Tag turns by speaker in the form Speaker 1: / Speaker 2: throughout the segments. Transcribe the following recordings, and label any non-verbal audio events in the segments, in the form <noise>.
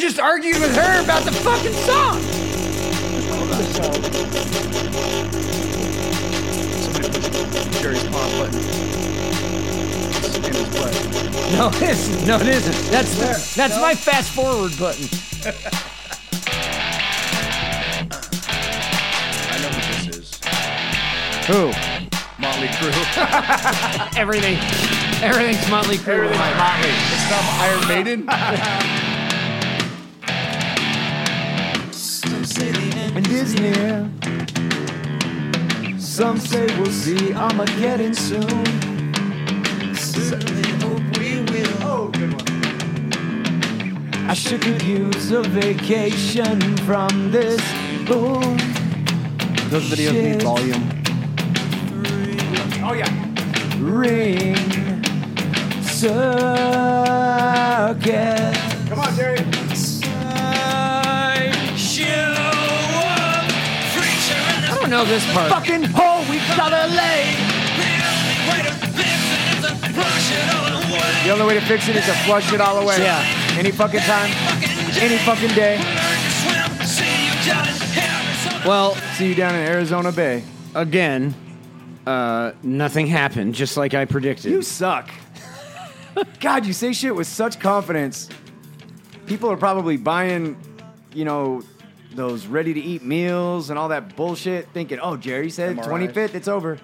Speaker 1: just arguing with her about the fucking song.
Speaker 2: Somebody pushed Jerry's pop button. It's in his butt.
Speaker 1: <laughs> No, it isn't. No, it isn't. That's that's my fast forward button.
Speaker 2: I know who this is.
Speaker 1: Who?
Speaker 2: Motley Crue.
Speaker 1: Everything. Everything's Motley Crue. Like,
Speaker 2: it's not Iron Maiden.
Speaker 3: and is near. Some say we'll see Armageddon soon. Certainly hope we will. Oh, good one. I sure could use a vacation from this boom.
Speaker 4: Those videos need
Speaker 3: Shit.
Speaker 4: volume.
Speaker 3: ring circuit. Come on, Jerry.
Speaker 1: I don't know this part.
Speaker 3: Fucking hole we gotta lay.
Speaker 4: The only way to fix it is to flush it all away.
Speaker 1: Yeah.
Speaker 4: Any fucking time, any fucking day.
Speaker 1: Well,
Speaker 4: See you down in Arizona Bay.
Speaker 1: again, uh, nothing happened, just like I predicted.
Speaker 4: You suck. <laughs> God, you say shit with such confidence. People are probably buying, you know, those ready to eat meals and all that bullshit, thinking, oh, Jerry said
Speaker 2: MRI.
Speaker 4: 25th, it's over.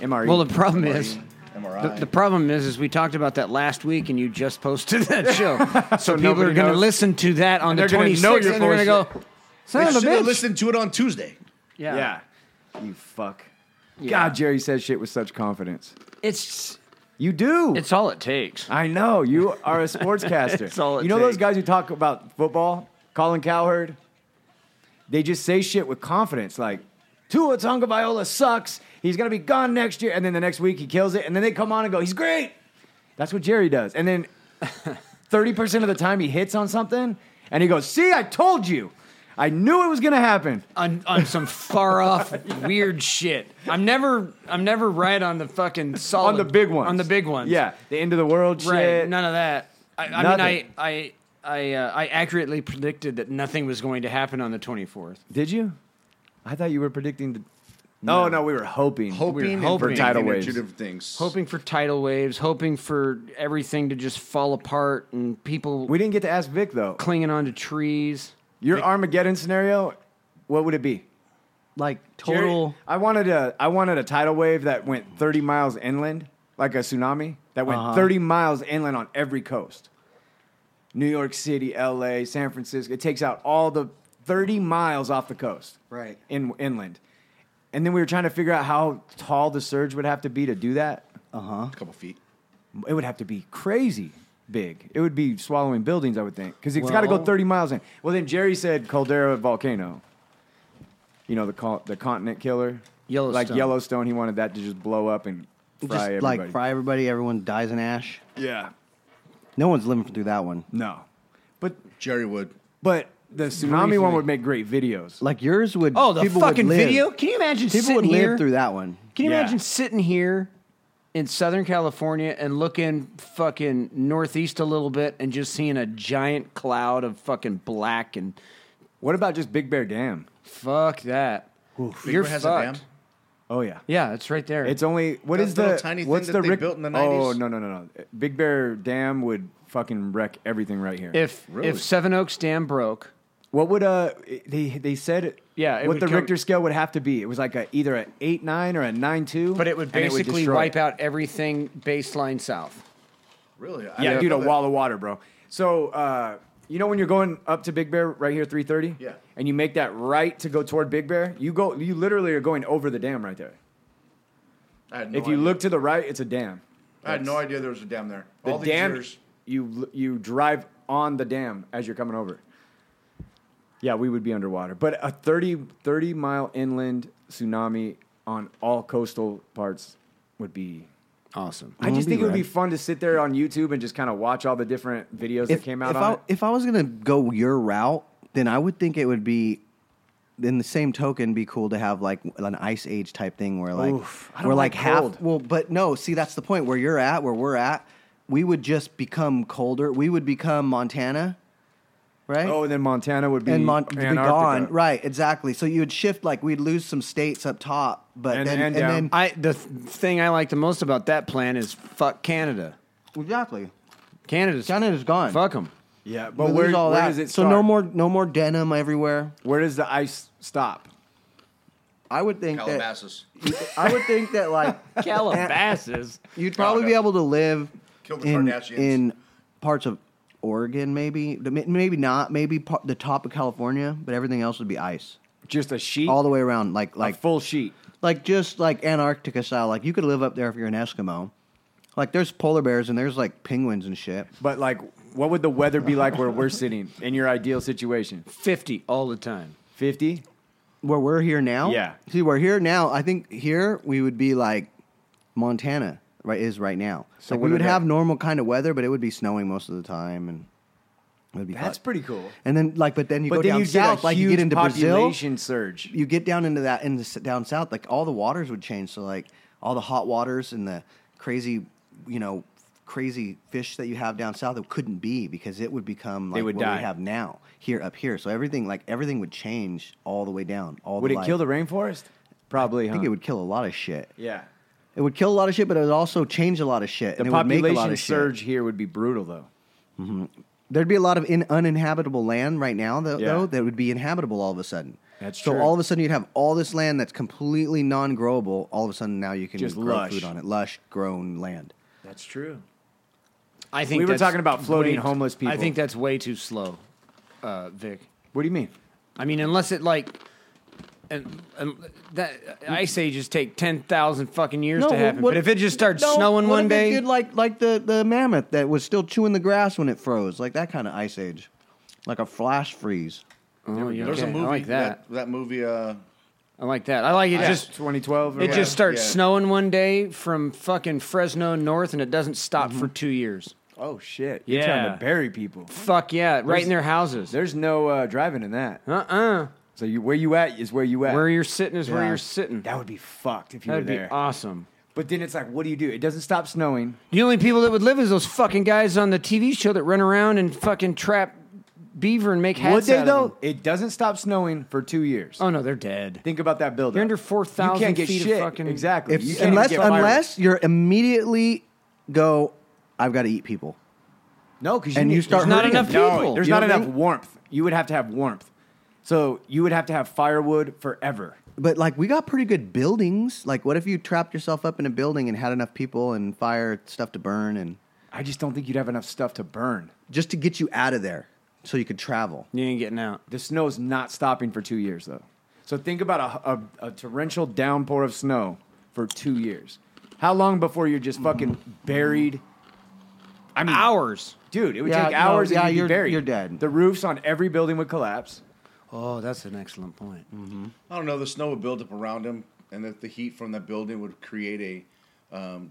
Speaker 4: E. MRE.
Speaker 1: well, the problem is. The,
Speaker 2: MRI.
Speaker 1: the problem is, is we talked about that last week, and you just posted that show, so,
Speaker 4: So
Speaker 1: people are
Speaker 4: nobody
Speaker 1: going to
Speaker 4: knows.
Speaker 1: listen to that on the
Speaker 4: they're gonna
Speaker 1: twenty
Speaker 4: know
Speaker 1: sixth,
Speaker 4: you're
Speaker 1: and they're going to go,
Speaker 2: They
Speaker 1: "Son of a
Speaker 2: shoulda
Speaker 1: bitch!"
Speaker 2: listened to it on Tuesday.
Speaker 1: Yeah.
Speaker 4: yeah. You fuck. God, Jerry says shit with such confidence.
Speaker 1: it's
Speaker 4: You do.
Speaker 1: it's all it takes.
Speaker 4: I know. You
Speaker 1: <laughs>
Speaker 4: are a sportscaster.
Speaker 1: It's all it
Speaker 4: you know those
Speaker 1: takes.
Speaker 4: guys who talk about football? Colin Cowherd? They just say shit with confidence, like, Tua Tonga Viola sucks. He's going to be gone next year. And then the next week he kills it. And then they come on and go, he's great. That's what Jerry does.
Speaker 1: <laughs>
Speaker 4: And then 30% of the time he hits on something and he goes, see, I told you. I knew it was going to happen.
Speaker 1: on, on some far off <laughs> weird shit. I'm never I'm never right on the fucking solid
Speaker 4: On the big ones.
Speaker 1: on the big ones.
Speaker 4: Yeah. The end of the world
Speaker 1: right.
Speaker 4: shit.
Speaker 1: None of that. I, I mean,
Speaker 4: Nothing.
Speaker 1: I I I uh, I accurately predicted that nothing was going to happen on the 24th.
Speaker 4: Did you? I thought you were predicting the. No, no, we were hoping.
Speaker 1: We're
Speaker 2: Hoping,
Speaker 1: hoping.
Speaker 2: and
Speaker 4: Tidal
Speaker 2: predicting are
Speaker 4: waves.
Speaker 2: two different things.
Speaker 1: Hoping for tidal waves, hoping for everything to just fall apart and people
Speaker 4: We didn't get to ask Vic though.
Speaker 1: clinging onto trees.
Speaker 4: Your Armageddon scenario, what would it be?
Speaker 3: Like
Speaker 4: Jerry,
Speaker 3: total.
Speaker 4: I wanted a I wanted a tidal wave that went 30 miles inland, like a tsunami that went
Speaker 3: Uh-huh.
Speaker 4: 30 miles inland on every coast. New York City, LA, San Francisco. It takes out all the 30 miles off the coast.
Speaker 3: Right.
Speaker 4: In inland. And then we were trying to figure out how tall the surge would have to be to do that.
Speaker 2: a couple feet.
Speaker 4: It would have to be crazy big. It would be swallowing buildings, I would think, because it's got to go
Speaker 1: Well-
Speaker 4: 30 miles in. Well, then Jerry said caldera volcano. You know the col- the continent killer, like
Speaker 1: Yellowstone.
Speaker 4: Yellowstone. He wanted that to just blow up and fry
Speaker 3: just
Speaker 4: everybody.
Speaker 3: like fry everybody. Everyone dies in ash.
Speaker 4: Yeah,
Speaker 3: No one's living through that one.
Speaker 4: no, but
Speaker 2: Jerry would.
Speaker 4: but the tsunami
Speaker 3: Briefly.
Speaker 4: one would make great videos.
Speaker 3: Like yours would.
Speaker 1: Oh, the
Speaker 3: people would
Speaker 1: fucking
Speaker 3: live.
Speaker 1: video! Can you imagine
Speaker 3: People
Speaker 1: sitting
Speaker 3: would live
Speaker 1: here
Speaker 3: through that one.
Speaker 1: Can you
Speaker 4: Yeah.
Speaker 1: imagine sitting here in Southern California and looking fucking northeast a little bit and just seeing a giant cloud of fucking black and
Speaker 4: What about just Big Bear Dam?
Speaker 1: fuck that.
Speaker 2: Big
Speaker 1: You're
Speaker 2: Bear has
Speaker 1: fucked.
Speaker 2: a dam.
Speaker 4: Oh yeah,
Speaker 1: Yeah, it's right there.
Speaker 4: it's only what
Speaker 2: That
Speaker 4: is
Speaker 2: little
Speaker 4: the
Speaker 2: tiny thing
Speaker 4: what's
Speaker 2: that
Speaker 4: the
Speaker 2: they
Speaker 4: Rick-
Speaker 2: built in the
Speaker 4: Oh
Speaker 2: 90s?
Speaker 4: no no no no! Big Bear Dam would fucking wreck everything right here.
Speaker 1: if
Speaker 2: Really?
Speaker 1: if Seven Oaks Dam broke,
Speaker 4: What would uh they they said
Speaker 1: Yeah, it
Speaker 4: what
Speaker 1: would
Speaker 4: the
Speaker 1: come-
Speaker 4: Richter scale would have to be? It was like a either an eight nine or a nine two.
Speaker 1: but it would basically wipe out everything baseline south.
Speaker 2: Really? I
Speaker 4: Yeah,
Speaker 2: didn't
Speaker 4: dude, a
Speaker 2: know that.
Speaker 4: wall of water, bro. So uh, you know when you're going up to Big Bear right here, three thirty.
Speaker 2: Yeah.
Speaker 4: And you make that right to go toward Big Bear, you go you literally are going over the dam right there.
Speaker 2: I had no
Speaker 4: if you
Speaker 2: idea.
Speaker 4: look to the right, it's a dam.
Speaker 2: I had no idea there was a dam there.
Speaker 4: The
Speaker 2: All these
Speaker 4: dam
Speaker 2: years,
Speaker 4: you l- you drive on the dam as you're coming over. Yeah, we would be underwater. But a 30, 30 mile inland tsunami on all coastal parts would be
Speaker 1: Awesome.
Speaker 4: I just
Speaker 3: be
Speaker 4: think it would be
Speaker 3: rad.
Speaker 4: fun to sit there on YouTube and just kind of watch all the different videos that came out
Speaker 3: if
Speaker 4: on
Speaker 3: I,
Speaker 4: it.
Speaker 3: if I was gonna go your route, then I would think it would be. In the same token, be cool to have like an ice age type thing where like
Speaker 4: Oof, I don't
Speaker 3: where
Speaker 4: like
Speaker 3: like,
Speaker 4: cold.
Speaker 3: half. Well, but no, see that's the point where you're at, where we're at. We would just become colder. We would become Montana, right?
Speaker 4: Oh, and then Montana would be
Speaker 3: and Mon- be
Speaker 4: Antarctica.
Speaker 3: gone. Right, exactly. So you would shift like we'd lose some states up top, but
Speaker 4: And-
Speaker 3: then
Speaker 4: and down.
Speaker 3: then
Speaker 1: I the th- thing I like the most about that plan is fuck Canada.
Speaker 3: exactly
Speaker 1: Canada's
Speaker 3: Canada's gone.
Speaker 1: Fuck them.
Speaker 4: Yeah,
Speaker 3: We
Speaker 4: but
Speaker 3: lose
Speaker 4: where,
Speaker 3: all
Speaker 4: where
Speaker 3: that.
Speaker 4: does it
Speaker 3: so
Speaker 4: start?
Speaker 3: no more no more denim everywhere.
Speaker 4: Where does the ice stop?
Speaker 3: I would think that
Speaker 5: Calabasas.
Speaker 3: I would think
Speaker 2: <laughs>
Speaker 3: that like
Speaker 6: Calabasas.
Speaker 3: you'd probably be able to live
Speaker 2: Kill the
Speaker 3: in,
Speaker 2: Kardashians.
Speaker 3: in parts of Oregon, maybe maybe not, maybe par- the top of California, but everything else would be ice
Speaker 4: Just a sheet,
Speaker 3: all the way around, like
Speaker 4: like
Speaker 3: like
Speaker 4: full sheet.
Speaker 3: like just like Antarctica style. Like you could live up there if you're an Eskimo. Like there's polar bears and there's like penguins and shit.
Speaker 4: But like, what would the weather be like where we're sitting in your ideal situation?
Speaker 1: <laughs> Fifty all the time.
Speaker 4: Fifty.
Speaker 3: Where we're here now,
Speaker 4: Yeah.
Speaker 3: See, we're here now. I think here we would be like Montana, right? Is right now. So
Speaker 4: what
Speaker 3: we would
Speaker 4: are the-
Speaker 3: have normal kind of weather, but it would be snowing most of the time, and it would be
Speaker 4: That's
Speaker 3: hot.
Speaker 4: pretty cool.
Speaker 3: And then like, but then you go
Speaker 4: But then
Speaker 3: down
Speaker 4: you
Speaker 3: south,
Speaker 4: get a
Speaker 3: like you
Speaker 4: huge
Speaker 3: get into Brazil,
Speaker 4: population surge.
Speaker 3: you get down into that in the s- down south, like all the waters would change. So like all the hot waters and the crazy, you know, crazy fish that you have down south, it couldn't be because it would become like
Speaker 4: would
Speaker 3: what
Speaker 4: die.
Speaker 3: we have now here up here. So everything like everything would change all the way down. All
Speaker 4: Would
Speaker 3: the
Speaker 4: it
Speaker 3: life.
Speaker 4: kill the rainforest? Probably.
Speaker 3: I think it would kill a lot of shit.
Speaker 4: Yeah.
Speaker 3: It would kill a lot of shit, but it would also change a lot of shit.
Speaker 4: The
Speaker 3: and it would make a lot
Speaker 4: population
Speaker 3: of
Speaker 4: surge
Speaker 3: Shit.
Speaker 4: here would be brutal, though.
Speaker 3: There'd be a lot of in, uninhabitable land right now, though,
Speaker 4: Yeah.
Speaker 3: though, that would be inhabitable all of a sudden.
Speaker 4: That's
Speaker 3: so
Speaker 4: true.
Speaker 3: all of a sudden you'd have all this land that's completely non-growable. All of a sudden now you can
Speaker 4: Just
Speaker 3: grow
Speaker 4: lush.
Speaker 3: food on it, lush grown land.
Speaker 4: That's true.
Speaker 1: I think
Speaker 4: We were
Speaker 1: that's
Speaker 4: talking about floating
Speaker 1: way-
Speaker 4: homeless people.
Speaker 1: I think that's way too slow, uh, Vic.
Speaker 4: What do you mean?
Speaker 1: I mean, unless it like, and, and that ice ages take ten thousand fucking years to happen. but if it just starts
Speaker 3: no,
Speaker 1: snowing
Speaker 3: what
Speaker 1: one
Speaker 3: if it
Speaker 1: day,
Speaker 3: did like like the the mammoth that was still chewing the grass when it froze, like that kind of ice age, like a flash freeze.
Speaker 1: oh, yeah,
Speaker 2: There's
Speaker 1: okay.
Speaker 2: a movie
Speaker 1: I like that.
Speaker 2: that. movie. Uh,
Speaker 1: I like that. I like it just.
Speaker 4: 2012. Or
Speaker 1: It just
Speaker 4: whatever.
Speaker 1: starts
Speaker 2: Yeah.
Speaker 1: snowing one day from fucking Fresno north, and it doesn't stop
Speaker 4: Mm-hmm.
Speaker 1: for two years.
Speaker 4: Oh shit! You're trying
Speaker 1: Yeah.
Speaker 4: to bury people.
Speaker 1: Fuck yeah, right in their houses.
Speaker 4: There's no uh, driving in that.
Speaker 1: Uh uh
Speaker 4: So you, where you at is where you at.
Speaker 1: Where you're sitting is where
Speaker 3: Yeah.
Speaker 1: you're sitting.
Speaker 4: that would be fucked if you
Speaker 1: That'd
Speaker 4: were
Speaker 1: be
Speaker 4: there.
Speaker 1: awesome.
Speaker 4: But then it's like, what do you do? It doesn't stop snowing.
Speaker 1: The only people that would live is those fucking guys on the TV show that run around and fucking trap beaver and make hats
Speaker 4: Would they
Speaker 1: out
Speaker 4: though?
Speaker 1: Of them.
Speaker 4: It doesn't stop snowing for two years.
Speaker 1: Oh no, they're dead.
Speaker 4: Think about that building.
Speaker 1: You're under 4,000
Speaker 4: You can't get
Speaker 1: feet of
Speaker 4: shit.
Speaker 1: fucking-
Speaker 4: exactly.
Speaker 3: If
Speaker 4: You can't even
Speaker 3: unless
Speaker 4: get fired.
Speaker 3: unless you're immediately go, I've got to eat people.
Speaker 4: no, because
Speaker 3: and you start
Speaker 1: There's not
Speaker 3: hurting
Speaker 1: enough
Speaker 3: them.
Speaker 1: people.
Speaker 4: No, there's
Speaker 3: You
Speaker 4: not
Speaker 3: don't
Speaker 4: enough
Speaker 3: think-
Speaker 4: warmth. You would have to have warmth. So you would have to have firewood forever.
Speaker 3: But like we got pretty good buildings. Like what if you trapped yourself up in a building and had enough people and fire stuff to burn and
Speaker 4: I just don't think you'd have enough stuff to burn.
Speaker 3: just to get you out of there so you could travel.
Speaker 1: You ain't getting out.
Speaker 4: The snow's not stopping for two years though. So think about a, a, a torrential downpour of snow for two years. How long before you're just fucking buried? I
Speaker 1: Hmm.
Speaker 4: mean,
Speaker 1: Hours.
Speaker 4: dude. It would
Speaker 3: Yeah,
Speaker 4: take
Speaker 3: no,
Speaker 4: hours.
Speaker 3: yeah,
Speaker 4: and you'd
Speaker 3: you're-
Speaker 4: be buried.
Speaker 3: you're dead.
Speaker 4: The roofs on every building would collapse.
Speaker 1: Oh, that's an excellent point.
Speaker 2: I don't know. The snow would build up around him, and that the heat from that building would create a. Um,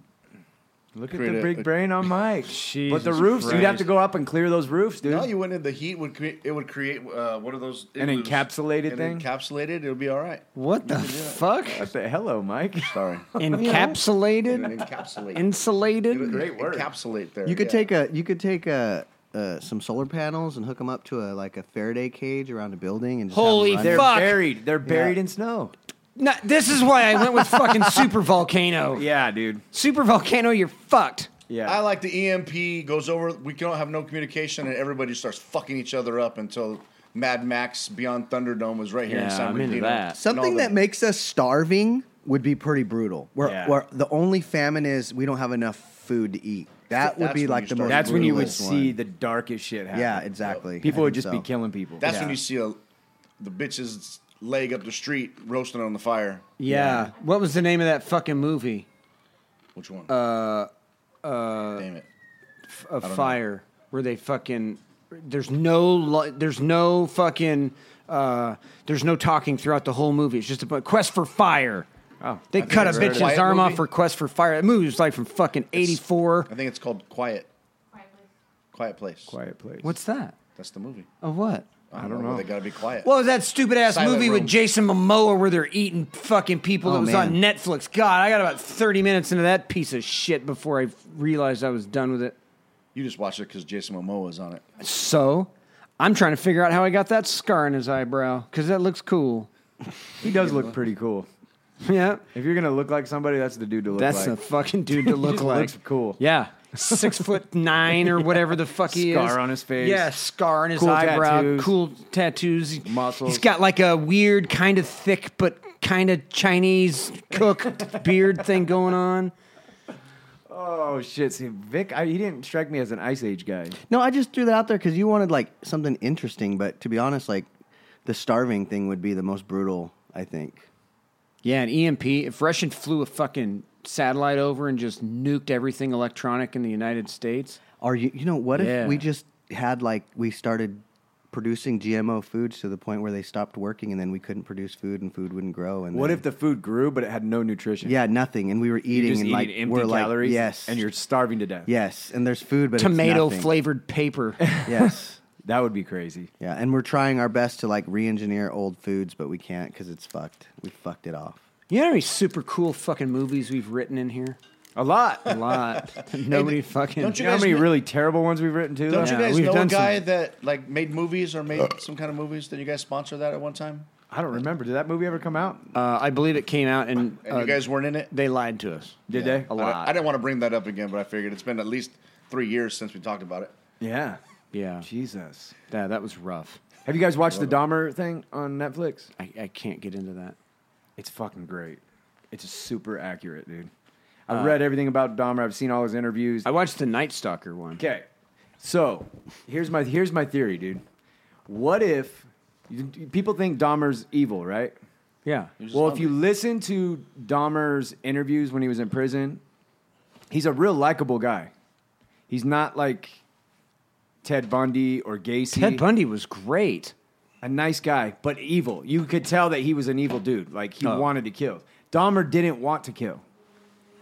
Speaker 4: Look at
Speaker 2: Create
Speaker 4: the
Speaker 2: a-
Speaker 4: big
Speaker 2: a-
Speaker 4: brain on <laughs> Mike. but
Speaker 1: Jesus
Speaker 4: the roofs, you'd have
Speaker 1: Christ.
Speaker 4: to go up and clear those roofs, dude.
Speaker 2: no, you wouldn't. The heat would create. It would create. Uh, what are those?
Speaker 4: An
Speaker 2: igloos?
Speaker 4: encapsulated thing?
Speaker 2: Encapsulated. It would be all right.
Speaker 1: What the fuck?
Speaker 4: I said, hello, Mike.
Speaker 2: Sorry.
Speaker 1: Encapsulated,
Speaker 2: An encapsulate.
Speaker 1: insulated.
Speaker 2: Great
Speaker 4: word.
Speaker 2: Encapsulate there.
Speaker 3: You could
Speaker 2: yeah.
Speaker 3: take a you could take a uh, some solar panels and hook them up to a like a Faraday cage around a building and just have 'em
Speaker 1: Holy
Speaker 3: run.
Speaker 4: They're
Speaker 1: Fuck.
Speaker 4: buried. They're buried in snow.
Speaker 1: No, this is why I went with <laughs> fucking super volcano.
Speaker 4: Yeah, dude.
Speaker 1: Super volcano, you're fucked.
Speaker 4: Yeah.
Speaker 2: I like the EMP goes over. We don't have no communication, and everybody starts fucking each other up until Mad Max Beyond Thunderdome was right here in
Speaker 1: Yeah,
Speaker 2: San
Speaker 1: I'm into
Speaker 2: Bernardino.
Speaker 1: that.
Speaker 2: And all
Speaker 3: Something
Speaker 2: the-
Speaker 3: that makes us starving would be pretty brutal. Where,
Speaker 4: Yeah.
Speaker 3: where the only famine is we don't have enough food to eat. That would
Speaker 2: That's
Speaker 3: be
Speaker 2: when
Speaker 3: like
Speaker 2: you
Speaker 3: the
Speaker 2: start-
Speaker 3: most.
Speaker 4: That's when you would
Speaker 3: brutalist
Speaker 4: see
Speaker 3: one.
Speaker 4: the darkest shit happen.
Speaker 3: Yeah, exactly.
Speaker 4: People
Speaker 3: I
Speaker 4: would
Speaker 3: think
Speaker 4: just be
Speaker 3: so.
Speaker 4: killing people.
Speaker 2: That's
Speaker 3: Yeah.
Speaker 2: when you see a, the bitch's leg up the street roasting on the fire.
Speaker 1: Yeah. What was the name of that fucking movie?
Speaker 2: Which one? Uh, uh. Damn it.
Speaker 1: Of fire, where they fucking there's no li- there's no fucking uh, there's no talking throughout the whole movie. It's just a bu- quest for fire.
Speaker 4: Oh.
Speaker 1: They cut a
Speaker 2: it's a
Speaker 1: bitch's
Speaker 2: quiet
Speaker 1: arm
Speaker 2: movie.
Speaker 1: off for quest for fire. That movie was like from fucking eighty four.
Speaker 2: I think it's called Quiet. Quiet Place.
Speaker 4: Quiet place.
Speaker 1: What's that?
Speaker 2: That's the movie.
Speaker 1: Of what?
Speaker 2: I don't, know. They gotta be quiet.
Speaker 1: What was that stupid ass
Speaker 2: Silent
Speaker 1: movie with
Speaker 2: Room.
Speaker 1: Jason Momoa where they're eating fucking people? that
Speaker 3: Oh,
Speaker 1: was on
Speaker 3: man.
Speaker 1: Netflix. God, I got about thirty minutes into that piece of shit before I realized I was done with it.
Speaker 2: You just watched it because Jason Momoa is on it.
Speaker 1: So I'm trying to figure out how he got that scar in his eyebrow because that looks cool.
Speaker 4: He does look pretty cool.
Speaker 1: <laughs> Yeah,
Speaker 4: If you're gonna look like somebody, that's the dude to look
Speaker 1: that's
Speaker 4: like.
Speaker 1: a fucking dude
Speaker 4: <laughs>
Speaker 1: to look
Speaker 4: just
Speaker 1: like.
Speaker 4: looks cool. <laughs>
Speaker 1: Yeah, six foot nine or whatever the fuck he is.
Speaker 4: Scar on his face.
Speaker 1: Yeah, scar on his
Speaker 4: Cool
Speaker 1: eyebrow.
Speaker 4: tattoos.
Speaker 1: Cool tattoos.
Speaker 4: Muscles.
Speaker 1: He's got like a weird kind of thick but kind of Chinese
Speaker 4: <laughs>
Speaker 1: cook beard thing going on.
Speaker 4: oh shit! See, Vic, I, he didn't strike me as an Ice Age guy.
Speaker 3: No, I just threw that out there because you wanted like something interesting, but to be honest, like the starving thing would be the most brutal. I think.
Speaker 1: Yeah, an EMP. If Russian flew a fucking satellite over and just nuked everything electronic in the United States,
Speaker 3: Are you? You know what?
Speaker 1: Yeah.
Speaker 3: If we just had like we started producing GMO foods to the point where they stopped working, and then we couldn't produce food, and food wouldn't grow. And
Speaker 4: What
Speaker 3: then-
Speaker 4: if the food grew but it had no nutrition?
Speaker 3: Yeah, nothing, and we were eating
Speaker 4: you're just
Speaker 3: and
Speaker 4: eating
Speaker 3: like
Speaker 4: empty
Speaker 3: we're
Speaker 4: calories.
Speaker 3: like yes,
Speaker 4: and you're starving to death.
Speaker 3: yes, and there's food, but it's
Speaker 1: tomato
Speaker 3: nothing.
Speaker 1: flavored
Speaker 4: <laughs>
Speaker 1: paper.
Speaker 3: <laughs> Yes.
Speaker 4: that would be crazy.
Speaker 3: Yeah, and we're trying our best to like re-engineer old foods, but we can't because it's fucked. We fucked it off.
Speaker 1: you know how many super cool fucking movies we've written in here?
Speaker 4: A lot.
Speaker 1: A
Speaker 4: <laughs>
Speaker 1: lot. Nobody fucking.
Speaker 2: don't you
Speaker 4: You know how
Speaker 2: guys
Speaker 4: many
Speaker 2: kn-
Speaker 4: really terrible ones we've written too?
Speaker 2: Don't
Speaker 4: though?
Speaker 2: you guys
Speaker 1: we've
Speaker 2: know a
Speaker 1: done some-
Speaker 2: guy that like made movies or made some kind of movies? Did you guys sponsor that at one time?
Speaker 4: I don't remember. Did that movie ever come out?
Speaker 1: Uh, I believe it came out and,
Speaker 2: And
Speaker 1: uh,
Speaker 2: you guys weren't in it.
Speaker 1: they lied to us.
Speaker 4: Did they?
Speaker 1: A
Speaker 2: I-
Speaker 1: lot.
Speaker 2: I, didn't want to bring that up again, but I figured it's been at least three years since we talked about it.
Speaker 4: Yeah.
Speaker 1: Yeah.
Speaker 4: Jesus.
Speaker 1: Yeah, that was rough.
Speaker 4: Have you guys watched the Dahmer thing on Netflix?
Speaker 1: I, I can't get into that.
Speaker 4: It's fucking great. It's super accurate, dude.
Speaker 2: Uh,
Speaker 4: I've read everything about Dahmer. I've seen all his interviews.
Speaker 1: I watched the Night Stalker one.
Speaker 4: Okay, so here's my here's my theory, dude. What if you- you- people think Dahmer's evil, right?
Speaker 1: Yeah.
Speaker 4: Well, if you listen to Dahmer's interviews when he was in prison, he's a real likable guy. He's not like Ted Bundy or Gacy.
Speaker 1: Ted Bundy was great.
Speaker 4: a nice guy, but evil. You could tell that he was an evil dude. Like he
Speaker 1: Oh.
Speaker 4: wanted to kill. Dahmer didn't want to kill.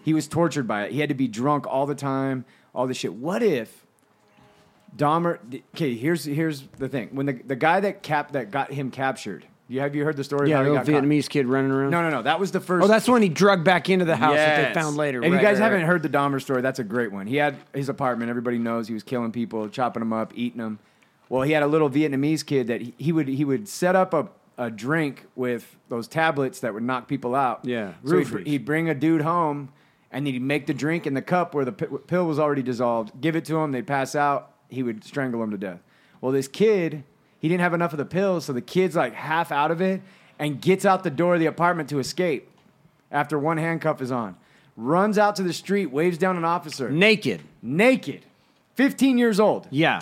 Speaker 4: He was tortured by it. He had to be drunk all the time, all this shit. What if Dahmer? Okay, here's here's the thing. When the the guy that cap that got him captured, you have you heard the story?
Speaker 1: Yeah, the
Speaker 4: of how he
Speaker 1: old
Speaker 4: got
Speaker 1: Vietnamese kid running around.
Speaker 4: Caught? No, no, no. That was the first.
Speaker 1: Oh, that's the one he drugged back into the house that
Speaker 4: Yes.
Speaker 1: they found later.
Speaker 4: If
Speaker 1: Right,
Speaker 4: you guys
Speaker 1: right,
Speaker 4: haven't
Speaker 1: right.
Speaker 4: heard the Dahmer story, that's a great one. He had his apartment. Everybody knows he was killing people, chopping them up, eating them. Well, he had a little Vietnamese kid that he, he would he would set up a, a drink with those tablets that would knock people out.
Speaker 1: Yeah,
Speaker 4: so he'd, br-
Speaker 1: roofies.
Speaker 4: he'd bring a dude home, and then he'd make the drink in the cup where the pi- pill was already dissolved. Give it to him, they'd pass out. He would strangle him to death. Well, this kid, he didn't have enough of the pill, so the kid's like half out of it and gets out the door of the apartment to escape after one handcuff is on. Runs out to the street, waves down an officer,
Speaker 1: Naked.
Speaker 4: naked, 15 years old.
Speaker 1: Yeah.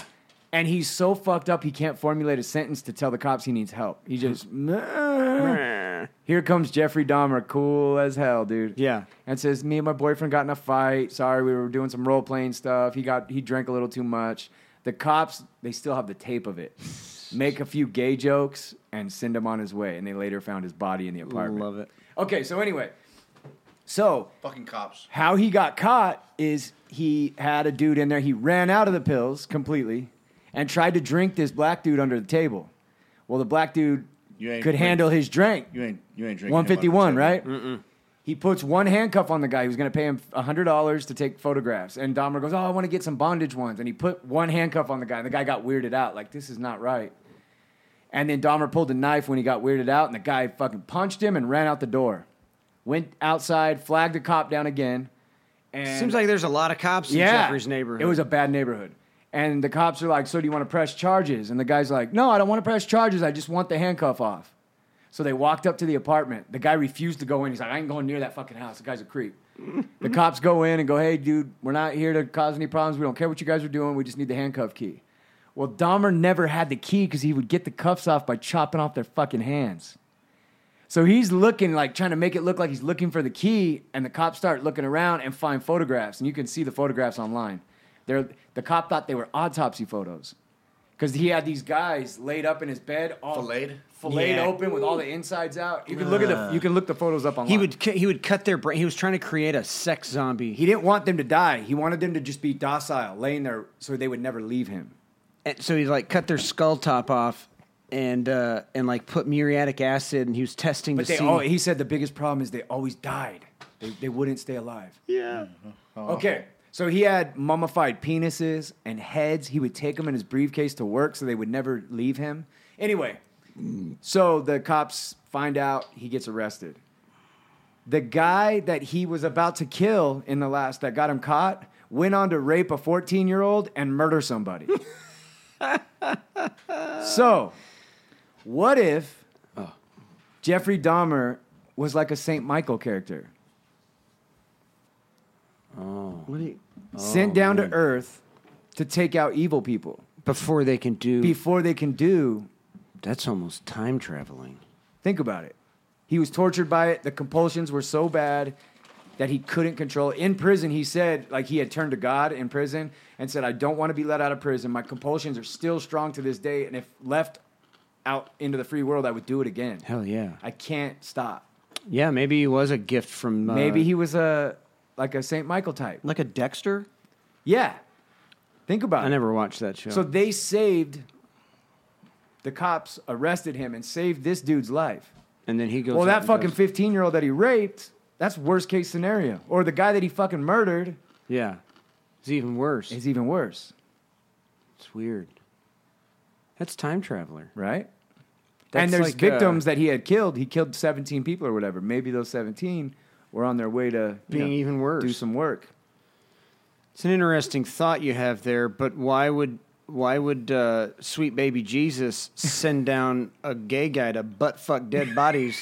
Speaker 4: And he's so fucked up, he can't formulate a sentence to tell the cops he needs help. He just, here comes Jeffrey Dahmer, cool as hell, dude.
Speaker 1: Yeah.
Speaker 4: And says, me and my boyfriend got in a fight. Sorry, we were doing some role playing stuff. He got, he drank a little too much. The cops, they still have the tape of it. Make a few gay jokes and send him on his way. And they later found his body in the apartment.
Speaker 1: Love it.
Speaker 4: Okay, so anyway, so
Speaker 2: Fucking cops.
Speaker 4: how he got caught is he had a dude in there. He ran out of the pills completely and tried to drink this black dude under the table. Well, the black dude
Speaker 2: You ain't
Speaker 4: could
Speaker 2: drink-
Speaker 4: handle his drink.
Speaker 2: You ain't you ain't drinking. him on the
Speaker 4: 151,
Speaker 2: table.
Speaker 4: right? He puts one handcuff on the guy who's going to pay him $100 to take photographs. And Dahmer goes, Oh, I want to get some bondage ones. And he put one handcuff on the guy. And the guy got weirded out, like, This is not right. And then Dahmer pulled a knife when he got weirded out. And the guy fucking punched him and ran out the door. Went outside, flagged the cop down again. And
Speaker 1: Seems like there's a lot of cops in Jeffrey's neighborhood.
Speaker 4: it was a bad neighborhood. And the cops are like, So do you want to press charges? And the guy's like, No, I don't want to press charges. I just want the handcuff off. So they walked up to the apartment. The guy refused to go in. He's like, I ain't going near that fucking house. The guy's a creep.
Speaker 1: <laughs>
Speaker 4: the cops go in and go, Hey, dude, we're not here to cause any problems. We don't care what you guys are doing. We just need the handcuff key. Well, Dahmer never had the key because he would get the cuffs off by chopping off their fucking hands. So he's looking like trying to make it look like he's looking for the key, and the cops start looking around and find photographs, and you can see the photographs online. They're, the cop thought they were autopsy photos because he had these guys laid up in his bed, all
Speaker 2: Filleted?
Speaker 4: filleted
Speaker 1: Yeah.
Speaker 4: open with all the insides out. You can look at the you can look the photos up online.
Speaker 1: He would cu- he would cut their brain. He was trying to create a sex zombie.
Speaker 4: he didn't want them to die. He wanted them to just be docile, laying there so they would never leave him.
Speaker 1: and so he like cut their skull top off and uh and like put muriatic acid and he was testing
Speaker 4: But
Speaker 1: to
Speaker 4: they
Speaker 1: see
Speaker 4: all, he
Speaker 1: Mm-hmm. Oh.
Speaker 4: said the biggest problem is they always died. They, they wouldn't stay alive. Yeah. Okay. So he had mummified penises and heads. He would take them in his briefcase to work so they would never leave him. Anyway, so the cops find out he gets arrested. The guy that he was about to kill in the last that got him caught went on to rape a 14 year old and murder somebody. so, what if Jeffrey Dahmer was like a St. Michael character?
Speaker 3: What do you,
Speaker 1: Oh,
Speaker 4: sent down to earth to take out evil people
Speaker 1: Before they can do.
Speaker 4: before they can do
Speaker 1: that's almost time traveling.
Speaker 4: think about it he was tortured by it the compulsions were so bad that he couldn't control it. in prison he said like he had turned to god in prison and said i don't want to be let out of prison my compulsions are still strong to this day and if left out into the free world i would do it again
Speaker 1: Hell yeah.
Speaker 4: i can't stop
Speaker 1: Yeah, maybe he was a gift from. Uh,
Speaker 4: maybe he was a like a saint michael type
Speaker 3: like a Dexter?
Speaker 4: yeah think about
Speaker 1: I
Speaker 4: it
Speaker 1: never watched that show.
Speaker 4: So they saved. The cops arrested him and saved this dude's life.
Speaker 1: and then he goes.
Speaker 4: Well,
Speaker 1: out
Speaker 4: that
Speaker 1: and
Speaker 4: fucking
Speaker 1: goes-
Speaker 4: 15 year old that he raped, that's worst case scenario. Or the guy that he fucking murdered
Speaker 1: yeah. It's even worse.
Speaker 4: is even worse,
Speaker 1: It's weird. That's time traveler.
Speaker 4: right?
Speaker 1: That's
Speaker 4: and there's
Speaker 1: like, uh,
Speaker 4: victims that he had killed. He killed 17 people or whatever. Maybe those 17 were on their way to you
Speaker 1: Being
Speaker 4: know,
Speaker 1: even worse.
Speaker 4: do some work.
Speaker 1: It's an interesting thought you have there, but why would why would uh, sweet baby Jesus send down a gay guy to butt fuck dead bodies?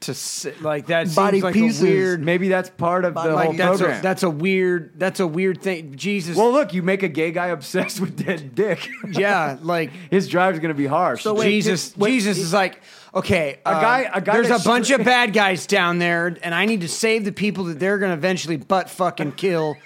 Speaker 1: to sit, like that seems
Speaker 3: Body
Speaker 1: like
Speaker 3: pieces.
Speaker 1: a weird
Speaker 4: Maybe that's part of the
Speaker 1: like
Speaker 4: whole
Speaker 1: that's
Speaker 4: program.
Speaker 1: a, that's a weird that's a weird thing. Jesus,
Speaker 4: well, look, you make a gay guy <laughs> obsessed with dead dick.
Speaker 1: yeah, like
Speaker 4: His drive's going to be harsh.
Speaker 3: So wait,
Speaker 1: Jesus,
Speaker 3: did- wait,
Speaker 1: Jesus is like, okay, a
Speaker 4: guy- a guy
Speaker 1: There's
Speaker 4: that
Speaker 1: a bunch
Speaker 4: should-
Speaker 1: of bad guys down there, and I need to save the people that they're going to eventually butt fucking kill.